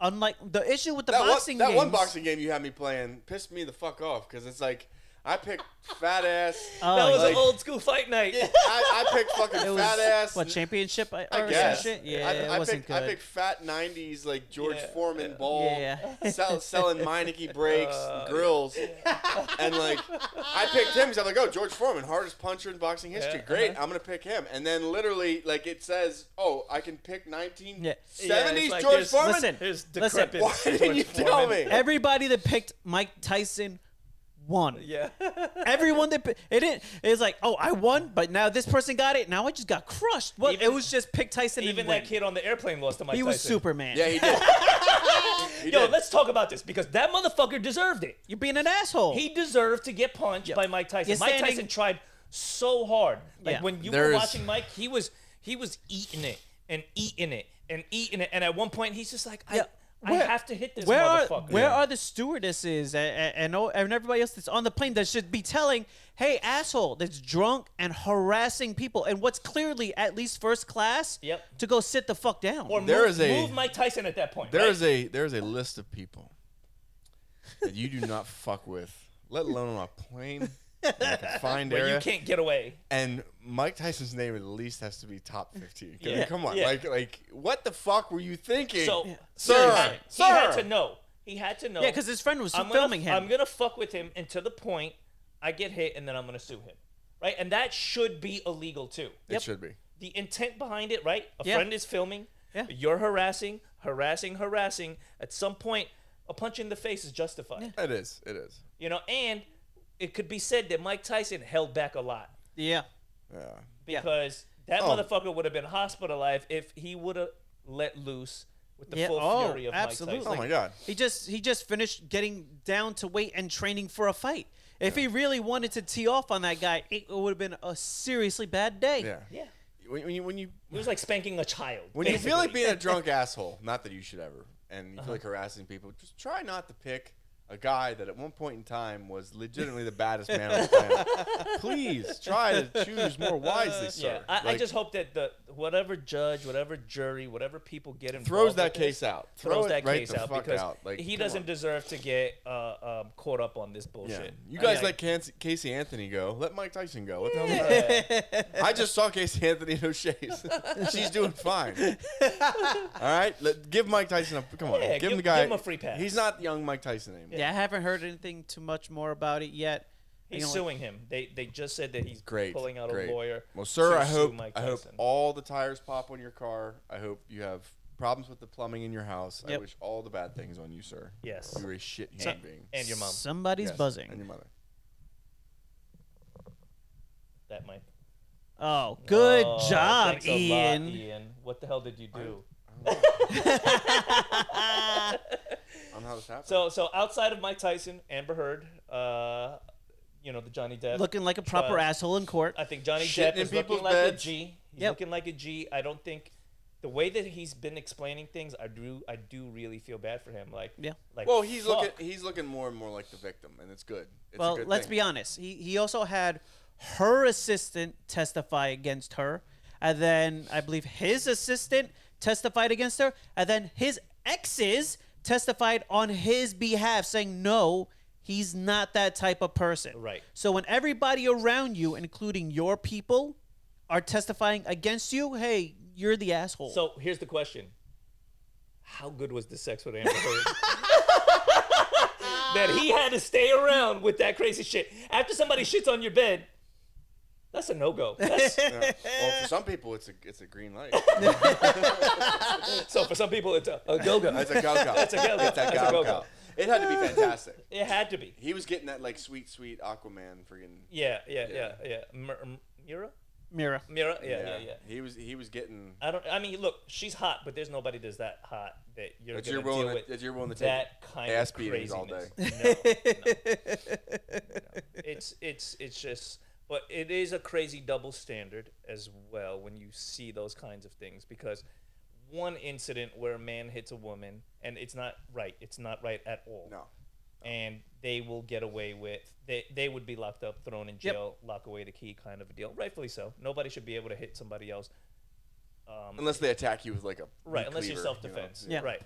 C: unlike the issue with the
B: That, one,
C: boxing
B: that
C: games,
B: one boxing game you had me playing pissed me the fuck off because it's like I picked fat ass.
C: Oh,
A: that was
B: like,
A: an old school fight night.
B: I, I picked fucking
C: (laughs) it was
B: fat ass.
C: what championship I-
B: I
C: or some
B: guess.
C: shit. Yeah,
B: I,
C: it
B: I
C: wasn't
B: picked,
C: good.
B: I picked fat '90s like George
A: Yeah,
B: Foreman
A: yeah.
B: ball,
C: Yeah, yeah.
A: (laughs)
B: Sell, selling Meineke brakes,
A: Uh,
B: grills, and like I picked him because I'm like, oh, George Foreman, hardest puncher in boxing history.
A: Yeah,
B: Great,
A: uh-huh.
B: I'm gonna pick him. And then literally, like it says, oh, I can pick 1970s
C: Yeah.
A: Yeah, it's like
B: George
A: this-
B: Foreman.
C: Listen,
A: His
C: listen,
A: decrepit.
B: Why didn't
A: George
B: you tell
A: Foreman.
B: me?
C: Everybody that picked Mike Tyson won.
A: (laughs) Yeah.
C: Everyone that pi- it didn't. It's like, oh, I won, but now this person got it. Now I just got crushed. What?
A: Even-
C: it was just pick Tyson
A: Even
C: and win.
A: that kid on the airplane lost to Mike
C: he was
A: Tyson.
C: Superman.
B: Yeah,
A: (laughs)
B: he did. He
A: Yo,
B: did.
A: let's talk about this because that motherfucker deserved it.
C: You're being an asshole.
A: He deserved to get punched by Mike Tyson.
C: Oh. You're
A: Mike
C: standing-
A: Tyson tried so hard. Like
C: Yeah.
A: when you
B: There
A: were
B: is-
A: watching Mike, he was he was eating it and eating it and eating it. And at one point, he's just like, I,
C: Yeah.
A: I
C: Where-
A: have to hit this
C: where are
A: motherfucker.
C: where are the stewardesses and, and, and all- and everybody else that's on the plane that should be telling, hey asshole, that's drunk and harassing people and what's clearly at least first class
A: Yep.
C: to go sit the fuck down.
A: Or move,
B: There is a-
A: move Mike Tyson at that point.
B: There
A: right?
B: is a there is a list of people that you do not fuck with, let alone on a plane like a Find
A: where
B: area.
A: you can't get away.
B: And Mike Tyson's name at least has to be top
A: (laughs)
B: fifteen. 'Cause,
A: Yeah,
B: Come on,
A: yeah.
B: like like what the fuck were you thinking?
A: So,
B: sir,
A: he had, he
B: sir.
A: had to know. He had to know.
C: Yeah, because his friend was
A: I'm
C: filming
A: gonna,
C: him.
A: I'm gonna fuck with him, and to the point, I get hit, and then I'm gonna sue him, right? And that should be illegal too.
B: It should be.
A: The intent behind it, right? A
C: Yeah.
A: friend is filming.
C: Yeah.
A: You're harassing, harassing, harassing. At some point, a punch in the face is justified.
B: It is. It is.
A: You know, and it could be said that Mike Tyson held back a lot
C: yeah.
B: Yeah.
C: Yeah.
A: because that
B: Oh.
A: motherfucker would have been hospitalized if he would have let loose with the
C: Yeah,
A: full
C: oh,
A: fury of
C: absolutely.
A: Mike
B: Oh
A: Tyson. (laughs)
B: my god.
C: He just he just finished getting down to weight and training for a fight. If he really wanted to tee off on that guy, it would have been a seriously bad day.
B: Yeah.
A: Yeah.
B: When, when you when you
A: It was like spanking a child.
B: when you feel like
A: basically. Uh-huh.
B: being a drunk asshole, not that you should ever, and you feel like harassing people, just try not to pick a guy that at one point in time was legitimately the baddest man on the planet.
A: (laughs)
B: Please try to choose more wisely,
A: Uh, Yeah,
B: sir.
A: I, I
B: Like,
A: just hope that the whatever judge, whatever jury, whatever people get involved
B: throws that
A: with this,
B: case out.
A: throws
B: Throw it
A: that
B: right
A: case
B: the
A: out
B: fuck
A: because
B: out. Like,
A: he
B: come
A: doesn't
B: on.
A: deserve to get uh, um, caught up on this
B: Yeah.
A: bullshit.
B: You
A: I
B: guys
A: mean, (laughs)
B: let Casey, Casey Anthony go. Let Mike Tyson go. What the hell is
A: uh,
B: that? I just saw Casey Anthony
A: (laughs)
B: in O'Shea's. She's doing fine. All right, let, give Mike Tyson a come on.
A: Yeah,
B: give,
A: give-
B: him the guy.
A: give him a free pass.
B: He's not young Mike Tyson anymore.
C: Yeah, I haven't heard anything too much more about it yet.
A: he's
C: You know, like-
A: suing him. They they just said that he's
B: Great.
A: pulling out
B: great.
A: a lawyer.
B: Well, sir,
A: to
B: I
A: sue
B: hope
A: Mike
B: I hope
A: Tyson.
B: all the tires pop on your car. I hope you have problems with the plumbing in your house. I
C: Yep.
B: wish all the bad things on you, sir.
A: Yes.
B: You're a shit
A: So-
B: human being.
A: and your mom.
C: Somebody's
B: Yes, And your
C: buzzing.
B: mother.
A: That might.
C: Oh, good
A: Oh,
C: job,
A: thanks a lot,
C: Ian.
A: Ian, what the hell did you do?
B: I don't know how this happened.
A: So so outside of Mike Tyson, Amber Heard, uh, you know the Johnny Depp
C: Looking like a proper
A: trial.
C: asshole in court.
A: I think Johnny Depp
B: Shitting in
A: is looking
B: people's
A: like
B: beds.
A: a G. He's
C: Yep.
A: looking like a G. I don't think the way that he's been explaining things, I do I do really feel bad for him. Like
C: Yeah.
A: like
B: well, he's
A: fuck.
B: looking he's looking more and more like the victim, and it's good. It's
C: well,
B: a good
C: let's
B: thing.
C: be honest. He he also had her assistant testify against her, and then I believe his assistant testified against her, and then his exes testified on his behalf, saying no. He's not that type of person.
A: Right.
C: So when everybody around you, including your people, are testifying against you, hey, you're the asshole.
A: So here's the question: How good was the sex with Amber
B: (laughs)
A: Heard? that he had to stay around with that crazy shit after somebody shits on your bed. That's a no go.
C: (laughs)
B: Yeah. Well,
A: Eh.
B: for some people, it's a it's a
A: (laughs)
B: green light.
A: so for some people, it's a, a go go.
B: That's a go go. That's
A: a go-go.
B: It's a
A: That's a
B: go go.
A: go-go. Eh.
B: It had to be fantastic.
A: (laughs) It had to be.
B: He was getting that like sweet, sweet Aquaman freaking.
A: Yeah, yeah, yeah, yeah. Mur- M- Mira,
B: (laughs)
C: Mira.
A: Mira, yeah, yeah, yeah.
B: He was he was getting.
A: I don't. I mean, look, she's hot, but there's nobody that's that hot that you're
B: That
A: gonna
B: you're willing
A: deal
B: to,
A: with
B: that you're willing to take
A: that kind
B: ass
A: of
B: beatings
A: craziness.
B: all
A: No,
B: (laughs)
A: no, no. It's it's it's just. But it is a crazy double standard as well when you see those kinds of things because one incident where a man hits a woman and it's not right. It's not right at all.
B: No.
A: and they will get away with they they would be locked up, thrown in jail, lock away the key kind of a deal. Rightfully so. Nobody should be able to hit somebody else. Um,
B: Unless they attack you with like a
A: right,
B: meat
A: unless you're
B: cleaver, you
A: self
B: know?
A: defense.
C: Yeah.
A: Right.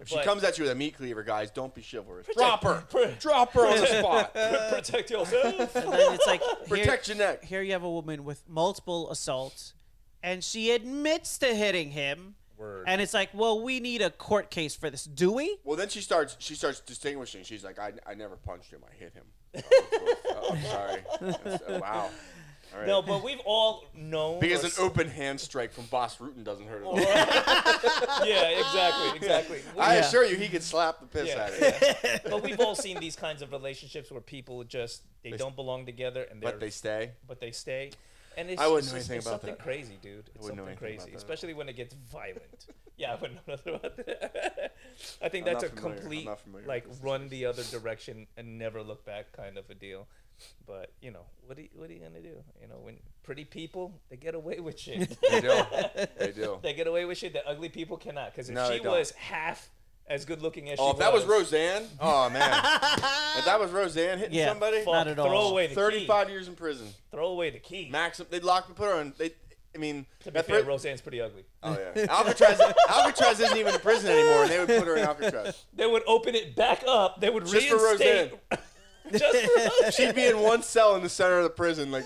B: If she
A: But-
B: comes at you with a meat cleaver, guys, don't be chivalrous.
A: Protect-
B: Drop (laughs) her.
A: pr-
B: Drop her on
A: (laughs)
B: the spot.
A: Protect yourself.
C: And then it's like here-
B: Protect your neck.
C: here you have a woman with multiple assaults and she admits to hitting him
A: Word.
C: and it's like well we need a court case for this do we
B: Well, then she starts. She starts distinguishing. She's like, I, I never punched him. I hit him. Oh, oh, I'm sorry. That's-
A: (laughs)
B: oh, wow. All right.
A: No, but we've all known
B: because
A: or
B: an
A: s-
B: open (laughs) hand strike from Boss Rutan doesn't hurt at all.
A: (laughs) Yeah, exactly, exactly.
B: I
C: Yeah.
B: assure you, he could slap the piss
A: Yeah.
B: out of you.
A: but we've all seen these kinds of relationships where people just they, don't belong together and they're
B: But they stay.
A: but they stay. And it's,
B: I wouldn't
A: it's
B: know
A: just-
B: anything
A: it's
B: about
A: something
B: that.
A: crazy, dude. It's
B: wouldn't know
A: something
B: anything about
A: crazy,
B: that.
A: especially when it gets violent. (laughs) yeah, I wouldn't know nothing about that. (laughs) I think
B: I'm
A: that's a
B: not familiar- I'm
A: complete
B: not familiar with
A: like
B: this
A: run the other direction and never look back kind of a deal. But you know what? Are you, what are you gonna do? You know when pretty people they get away with
B: (laughs)
A: shit.
B: They do. They
A: (laughs)
B: do.
A: they get away with shit that ugly people cannot. Because if
B: No, they
A: she
B: don't.
A: was half as good looking as she
B: Oh, if that was
A: was
B: Roseanne, (laughs) oh man, if that was Roseanne hitting
C: Yeah.
B: somebody,
C: Fuck. Not at all.
A: throw away the
B: thirty-five years in prison,
A: key. Throw away the key.
B: maximum. They'd lock and put her in. They, I mean,
A: to be
B: that
A: fair,
B: pri-
A: Roseanne's pretty ugly.
B: oh yeah, Alcatraz. Alcatraz isn't even in prison anymore, and they would put her in Alcatraz
A: They would open it back up. They would
B: Just for
A: reinstate.
B: Roseanne.
A: (laughs) Just for those-
B: She'd be in one cell in the center of the prison, like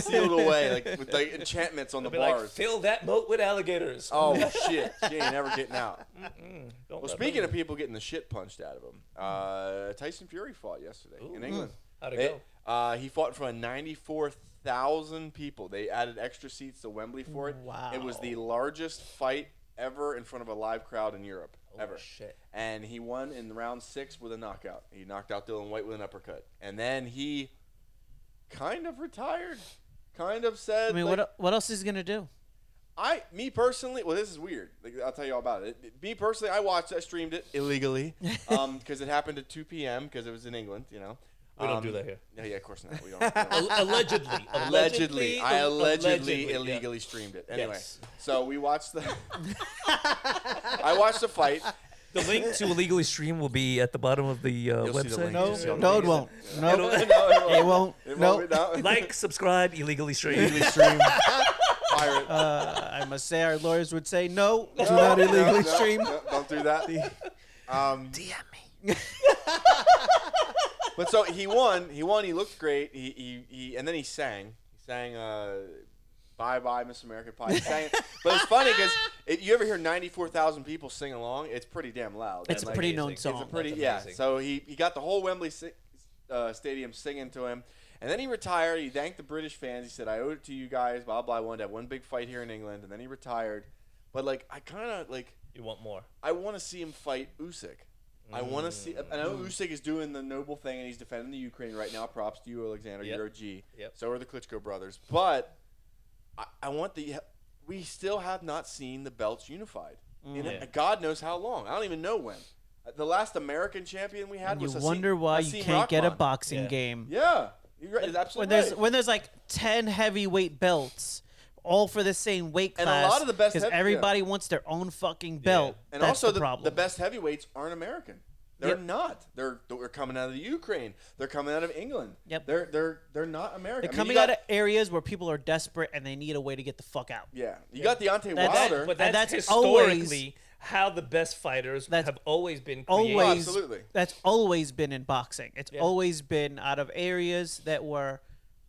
B: sealed away, like with like enchantments on the
A: I'd be like,
B: bars.
A: fill that moat with alligators.
B: oh shit, she ain't never getting out.
A: Don't
B: Well,
A: let
B: speaking
A: them-
B: of people getting the shit punched out of them, uh, Tyson Fury fought yesterday in
A: Ooh.
B: England.
A: How'd it
B: They-
A: go?
B: Uh, he fought in front of 94,000 people. They added extra seats to Wembley for it. It was
C: Wow.
B: the largest fight ever in front of a live crowd in Europe. ever.
A: shit.
B: And he won in round six with a knockout. He knocked out Dylan White with an uppercut. And then he kind of retired. Kind of said,
C: I mean,
B: like,
C: what what else is he gonna do?
B: I, me personally, well, this is weird. Like, I'll tell you all about it. It- Me personally, I watched, I streamed it illegally, um, because it happened at 2 p.m. because it was in England. You know,
A: We don't
B: Um,
A: do that here.
B: No, yeah, of course not. We don't. we don't.
A: Al- (laughs) allegedly,
B: allegedly, I allegedly,
A: yeah.
B: illegally streamed it. Anyway,
A: Yes.
B: so we watched the. I watched the fight.
A: The link to illegally stream will be at the bottom of the uh,
B: You'll see the
A: website.
B: link. You'll see all the
C: No, it
B: links. (laughs)
C: won't.
B: Yeah. It'll-
C: No.
B: no,
C: It won't.
B: (laughs) It
C: Nope.
B: won't. No.
A: Like, subscribe, illegally stream.
B: illegally stream. Pirate.
C: Uh, I must say, our lawyers would say no.
B: (laughs)
C: Do
B: No,
C: not
B: no,
C: illegally
B: no,
C: stream.
B: no, don't do that. Um,
A: DM me.
B: (laughs) but so he won. He won. He looked great. He he, he and then he sang. He sang uh, "Bye Bye Miss American Pie." He sang, but it's funny because you ever hear ninety four thousand people sing along, it's pretty damn loud.
C: It's
B: And,
C: a pretty known
A: amazing.
C: song.
B: It's a pretty
A: That's
B: yeah.
A: amazing.
B: So he he got the whole Wembley si- uh, stadium singing to him, and then he retired. He thanked the British fans. He said, "I owe it to you guys." Blah blah. I wanted to have one big fight here in England, and then he retired. But like I kind of like.
A: You want more?
B: I want to see him fight Usyk. I want to see. I
C: Mm.
B: know Usyk is doing the noble thing and he's defending the Ukraine right now. Props to you, Alexander.
A: Yep.
B: You're a G.
A: Yep.
B: So are the Klitschko brothers. But I, I want the. We still have not seen the belts unified.
C: Mm.
B: In
A: Yeah.
B: God knows how long. I don't even know when. The last American champion we had
C: And you
B: was Haseem-
C: wonder why you
B: Haseem
C: can't get a
B: Rahman.
C: boxing
A: Yeah.
C: game.
B: Yeah, you're right. It's
C: when
B: absolutely
C: there's
B: right.
C: when there's like ten heavyweight belts, all for the same weight
B: And
C: class.
B: a lot of the best
C: because
B: heavy- yeah.
C: everybody wants their own fucking belt.
B: And
C: That's
B: also,
C: the,
B: the,
C: problem.
B: the best heavyweights aren't American. They're
C: Yep.
B: not. They're they're coming out of the Ukraine. They're coming out of England.
C: Yep.
B: They're they're they're not American.
C: They're
B: I mean,
C: coming
B: you got-
C: out of areas where people are desperate and they need a way to get the fuck out.
B: yeah. You got Deontay
C: That- that-
B: Wilder.
A: But
C: And
A: that's,
C: that's always-
A: historically how the best fighters
C: That's
A: have always been created.
C: Always,
B: absolutely.
C: That's always been in boxing. It's always been out of areas that were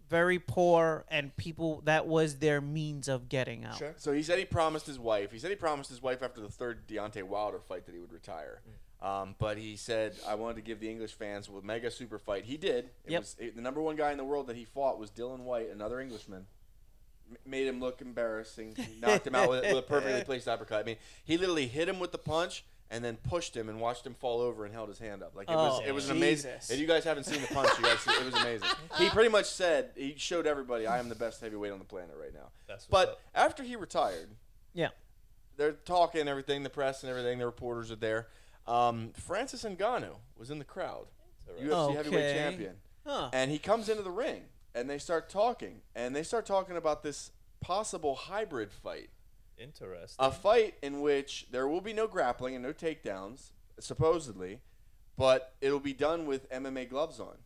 C: very poor and people that was their means of getting out.
A: Sure.
B: so he said he promised his wife. He said he promised his wife after the third Deontay Wilder fight that he would retire.
C: Mm.
B: Um, but he said I wanted to give the English fans a mega super fight. He did. It
C: Yep.
B: was it, the number one guy in the world that he fought was Dylan White, another Englishman. M- made him look
C: (laughs)
B: embarrassing. He knocked him out with, with a perfectly placed uppercut. I mean, he literally hit him with the punch and then pushed him and watched him fall over and held his hand up. Like it was,
C: Oh,
B: it was an amazing.
C: Jesus.
B: If you guys haven't seen the punch, you guys, see- it was amazing. He pretty much said he showed everybody, "I am the best heavyweight on the planet right now."
A: That's what's
B: but
A: up.
B: after he retired,
C: Yeah.
B: they're talking everything, the press and everything, the reporters are there. Um, Francis Ngannou was in the crowd, UFC heavyweight
C: Okay.
B: champion,
C: Huh.
B: and he comes into the ring and they start talking and they start talking about this possible hybrid fight,
A: Interesting.
B: a fight in which there will be no grappling and no takedowns, supposedly, but it'll be done with MMA gloves on.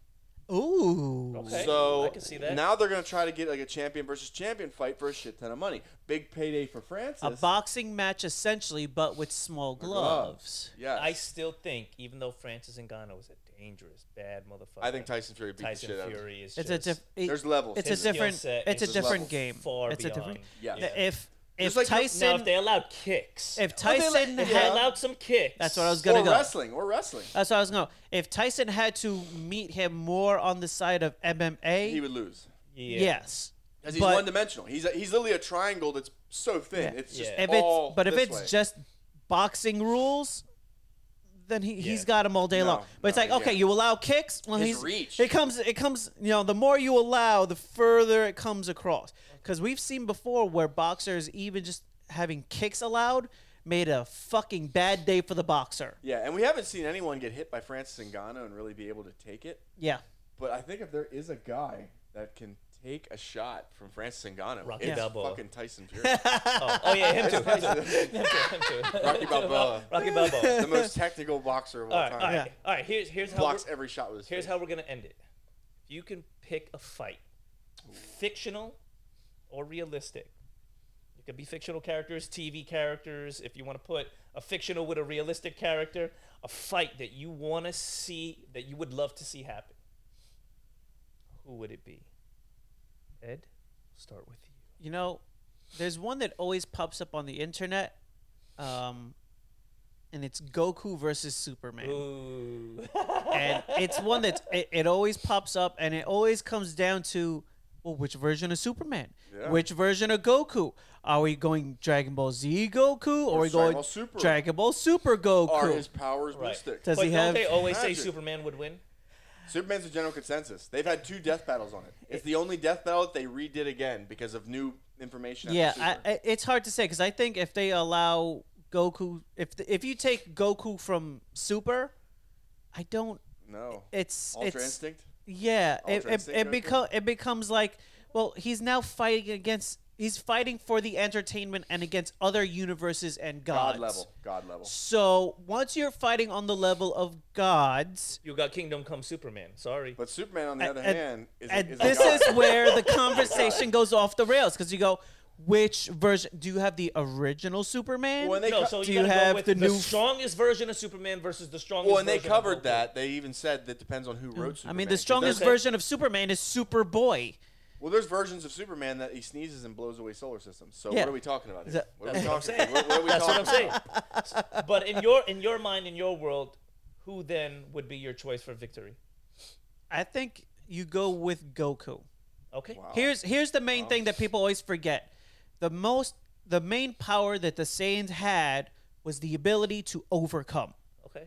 C: Ooh.
A: Okay.
B: So
A: I can see that.
B: now they're gonna try to get like a champion versus champion fight for a shit ton of money. Big payday for Francis.
C: A boxing match essentially, but with small gloves.
B: Yes.
A: I still think, even though Francis Ngannou is a dangerous, bad motherfucker,
B: I think Tyson Fury beat
A: Tyson
B: the shit out of him.
A: Fury is
C: It's a
A: just.
C: diff- it-
B: There's levels.
C: It's
B: His
C: a
A: skill
C: different.
A: set
C: It's a
A: is
B: just
C: different
B: level
C: game.
A: far
C: it's a different.
A: beyond.
B: Yeah.
C: If if
B: Just like-
A: now,
C: Tyson,
A: if they allowed kicks,
C: if
B: they let-
C: Tyson
B: if
A: if they
C: had,
A: allowed some kicks,
C: that's what I was
B: Or
C: gonna go.
B: wrestling, or wrestling.
C: That's what I was going. to If Tyson had to meet him more on the side of MMA,
B: He would lose.
A: Yeah.
C: yes.
B: Because he's
C: But-
B: one dimensional. He's a, he's literally a triangle that's so thin.
C: Yeah.
B: It's just
A: Yeah.
C: If
B: all
C: it's but if
B: this
C: it's
B: way.
C: just boxing rules, then he he has
A: Yeah.
C: got him all day
B: No,
C: long. But it's
B: no,
C: like
B: yeah.
C: okay, you allow kicks. Well,
B: His
C: he's
B: reach.
C: It comes. It comes. You know, the more you allow, the further it comes across. Because we've seen before where boxers even just having kicks allowed made a fucking bad day for the boxer.
B: yeah, and we haven't seen anyone get hit by Francis Ngannou and really be able to take it.
C: Yeah.
B: But I think if there is a guy that can take a shot from Francis Ngannou,
A: Rocky
B: it's
A: Balboa.
B: fucking
A: (laughs)
B: Tyson Fury.
A: Oh, oh, yeah, him too. Him too. Him
B: Rocky
A: too. Him too.
B: Balboa,
A: Rocky Balboa.
B: the most technical boxer of all,
A: All right, all
B: time,
A: right, all right. Here's here's how
B: blocks
A: we're,
B: every shot with his
A: here's
B: face.
A: how we're gonna end it. If you can pick a fight, fictional or realistic, It could be fictional characters, TV characters. If you want to put a fictional with a realistic character, a fight that you want to see, that you would love to see happen. Who would it be? Ed, start with you.
C: You know, there's one that always pops up on the internet, um, and it's Goku versus Superman.
A: Ooh.
C: and it's one
B: (laughs)
C: that it, it always pops up and it always comes down to well which version of superman
B: Yeah.
C: which version of goku are we going dragon ball z goku or are we
B: Dragon
C: going
B: Ball Super.
C: dragon ball super
B: Are
C: goku
B: his powers
A: Right.
B: mystic?
C: Does
A: but
C: he
A: don't
C: have-
A: they always
B: Magic.
A: say Superman would win?
B: Superman's the general consensus. They've had two death battles on it. It's the only death battle that they redid again because of new information. after
C: yeah
B: Super.
C: I, I, it's hard to say because i think if they allow goku if the, if you take goku from super i don't
B: no.
C: it's
B: Ultra
C: it's
B: Instinct.
C: Yeah, it,
B: Ultra
C: it,
B: Instinct Goku?
C: it, beco- it becomes like, well, he's now fighting against, he's fighting for the entertainment and against other universes and gods.
B: God level. God level.
C: So once you're fighting on the level of gods,
A: You got Kingdom Come Superman. Sorry.
B: But Superman, on the
C: A-
B: other
C: and-
B: hand, is, a-
C: and
B: is
C: this
B: a god.
C: is where the conversation goes off the rails because you go, which version? Do you have the original Superman?
B: When they
A: no,
B: co-
A: so you,
C: do you
A: gotta
C: have
A: go with
C: the
A: the,
C: new-
A: strongest version of Superman versus the strongest.
B: (laughs) well, Oh, and they
A: version of
B: covered
A: Goku.
B: that. They even said that depends on who wrote
C: Mm. I
B: Superman.
C: mean,
B: 'cause
C: the
B: there's-
C: strongest
A: Okay.
C: version of Superman is Superboy.
B: Well, there's versions of Superman that he sneezes and blows away solar systems. So
C: Yeah.
B: what are we talking about
C: Is
B: here?
C: that-
B: What are we
A: That's what I'm
B: talking about?
A: saying.
B: What, what are we
A: That's what
B: talking
A: I'm saying. But in your in your mind, in your world, who then would be your choice for victory?
C: I think you go with Goku.
A: Okay.
B: Wow.
C: Here's here's the main thing that people always forget. The most the main power that the Saiyans had was the ability to overcome.
A: Okay.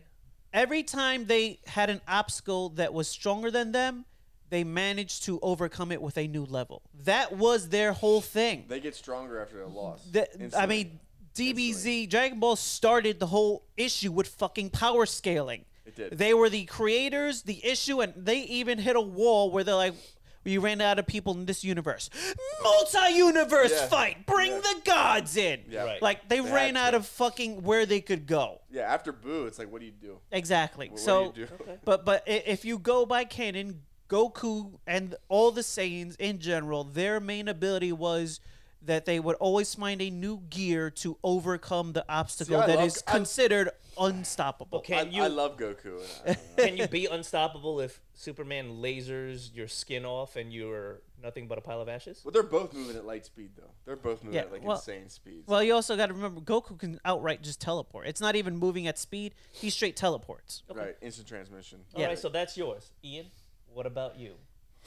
C: Every time they had an obstacle that was stronger than them, they managed to overcome it with a new level. That was their whole thing.
B: They get stronger after a loss.
C: The- I
B: Instantly.
C: mean, DBZ Dragon Ball started the whole issue with fucking power scaling.
B: It did.
C: They were the creators, the issue, and they even hit a wall where they're like, "We ran out of people in this universe. Multi-universe
B: Yeah.
C: fight. Bring
B: Yeah.
C: the gods in."
B: Yeah.
A: Right.
C: Like they,
B: They
C: ran
B: had
C: out
B: to.
C: of fucking where they could go.
B: yeah. After Boo, it's like, what do you do?
C: Exactly.
B: What,
C: so,
B: what do you do?
C: but but i- if you go by canon, Goku and all the Saiyans in general, their main ability was that they would always find a new gear to overcome the obstacle
B: See, I
C: that is
B: love- I-
C: considered unstoppable.
A: Okay. Can
B: I,
A: you
B: I love Goku.
C: (laughs)
B: And I,
A: can you be unstoppable if Superman lasers your skin off and you're nothing but a pile of ashes?
B: well, they're both moving at light speed though. They're both moving
C: Yeah,
B: at like
C: well-
B: insane speeds.
C: Well, you also got to remember Goku can outright just teleport. It's not even moving at speed; he straight teleports.
B: right. Instant transmission.
A: All right. So that's yours, Ian. What about you?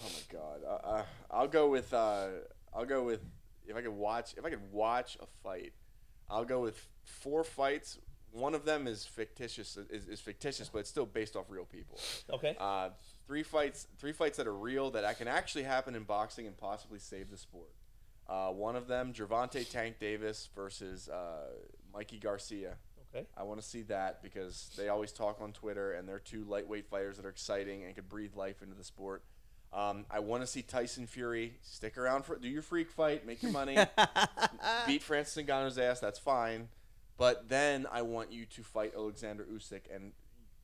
B: Oh my god. Uh, uh, I'll go with. Uh, I'll go with. If I could watch, if I could watch a fight, I'll go with four fights. One of them is fictitious. Is, is fictitious, but it's still based off real people.
A: Okay.
B: Uh, three fights. Three fights that are real that I can actually happen in boxing and possibly save the sport. Uh, one of them, Gervonta Tank Davis versus uh, Mikey Garcia.
A: Okay.
B: I want to see that because they always talk on Twitter, and they're two lightweight fighters that are exciting and could breathe life into the sport. Um, I want to see Tyson Fury stick around for do your freak fight, make your money, beat Francis Ngannou's ass. That's fine, but then I want you to fight Alexander Usyk and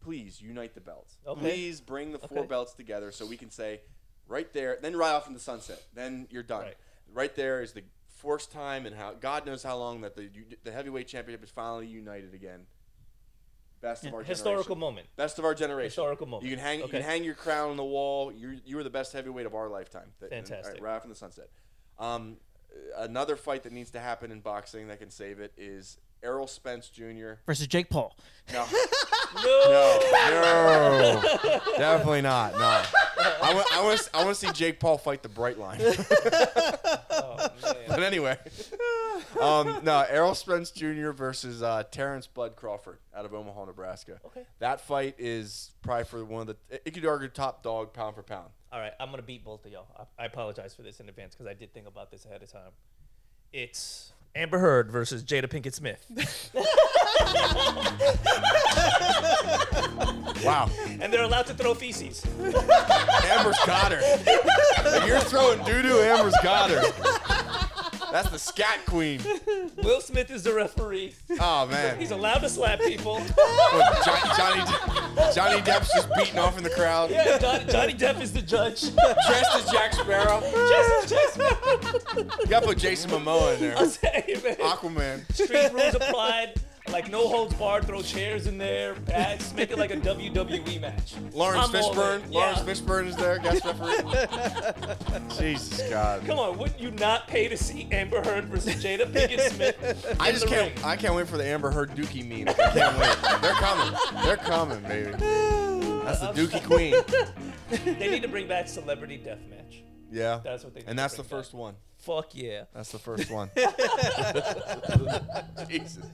B: please unite the belts.
A: Okay.
B: Please bring the four
A: Okay.
B: belts together so we can say right there. Then right off in the sunset. Then you're done.
A: Right.
B: Right there is the first time and how God knows how long that the the heavyweight championship is finally united again. Best of our
A: Historical
B: generation.
A: moment.
B: Best of our generation.
A: Historical moment.
B: You can hang. You
A: Okay.
B: can hang your crown on the wall. You you were the best heavyweight of our lifetime. Th- and- all right,
A: Fantastic.
B: right off in the sunset. Um, another fight that needs to happen in boxing that can save it is Errol Spence Jr.
C: Versus Jake Paul.
B: No.
A: No.
B: No, definitely not. No, I want, I want, I want to see Jake Paul fight the Bright Line.
A: Oh, man.
B: (laughs) but anyway, um, no, Errol Spence Jr. versus uh, Terrence Bud Crawford out of Omaha, Nebraska.
A: Okay.
B: That fight is probably for one of the. It could argue top dog pound for pound.
A: All right. I'm gonna beat both of y'all. I, I apologize for this in advance because I did think about this ahead of time. It's Amber Heard versus Jada Pinkett Smith.
B: Wow,
A: and they're allowed to throw feces.
B: Amber's got her. If you're throwing doo doo. Amber's got her. That's the scat queen.
A: Will Smith is the referee.
B: Oh man,
A: He's allowed to slap people.
B: Oh, Jo- Johnny Johnny Depp's just beating off in the crowd.
A: Yeah, Johnny, Johnny Depp is the judge.
B: Dressed as Jack Sparrow.
A: Just, just,
B: You gotta put Jason Momoa in there.
A: I'm saying, man.
B: Aquaman.
A: Street rules applied. Like no holds barred, throw chairs in there, bats, make it like a WWE match.
B: Lawrence
A: I'm all
B: Fishburne.
A: in.
B: Lawrence
A: Yeah.
B: Fishburne is there. Guest referee.
A: (laughs)
B: Jesus God.
A: Come on, wouldn't you not pay to see Amber Heard versus Jada Pinkett Smith?
B: I
A: in
B: just
A: the
B: can't.
A: ring?
B: I can't wait for the Amber Heard Dookie meme. I can't wait. They're coming. They're coming, baby. That's the Dookie Queen.
A: (laughs) They need to bring back Celebrity Deathmatch.
B: Yeah.
A: That's what they need
B: And
A: to
B: that's the
A: bring
B: first
A: back.
B: one.
A: Fuck yeah. (laughs)
B: (laughs) That's the first one. Jesus.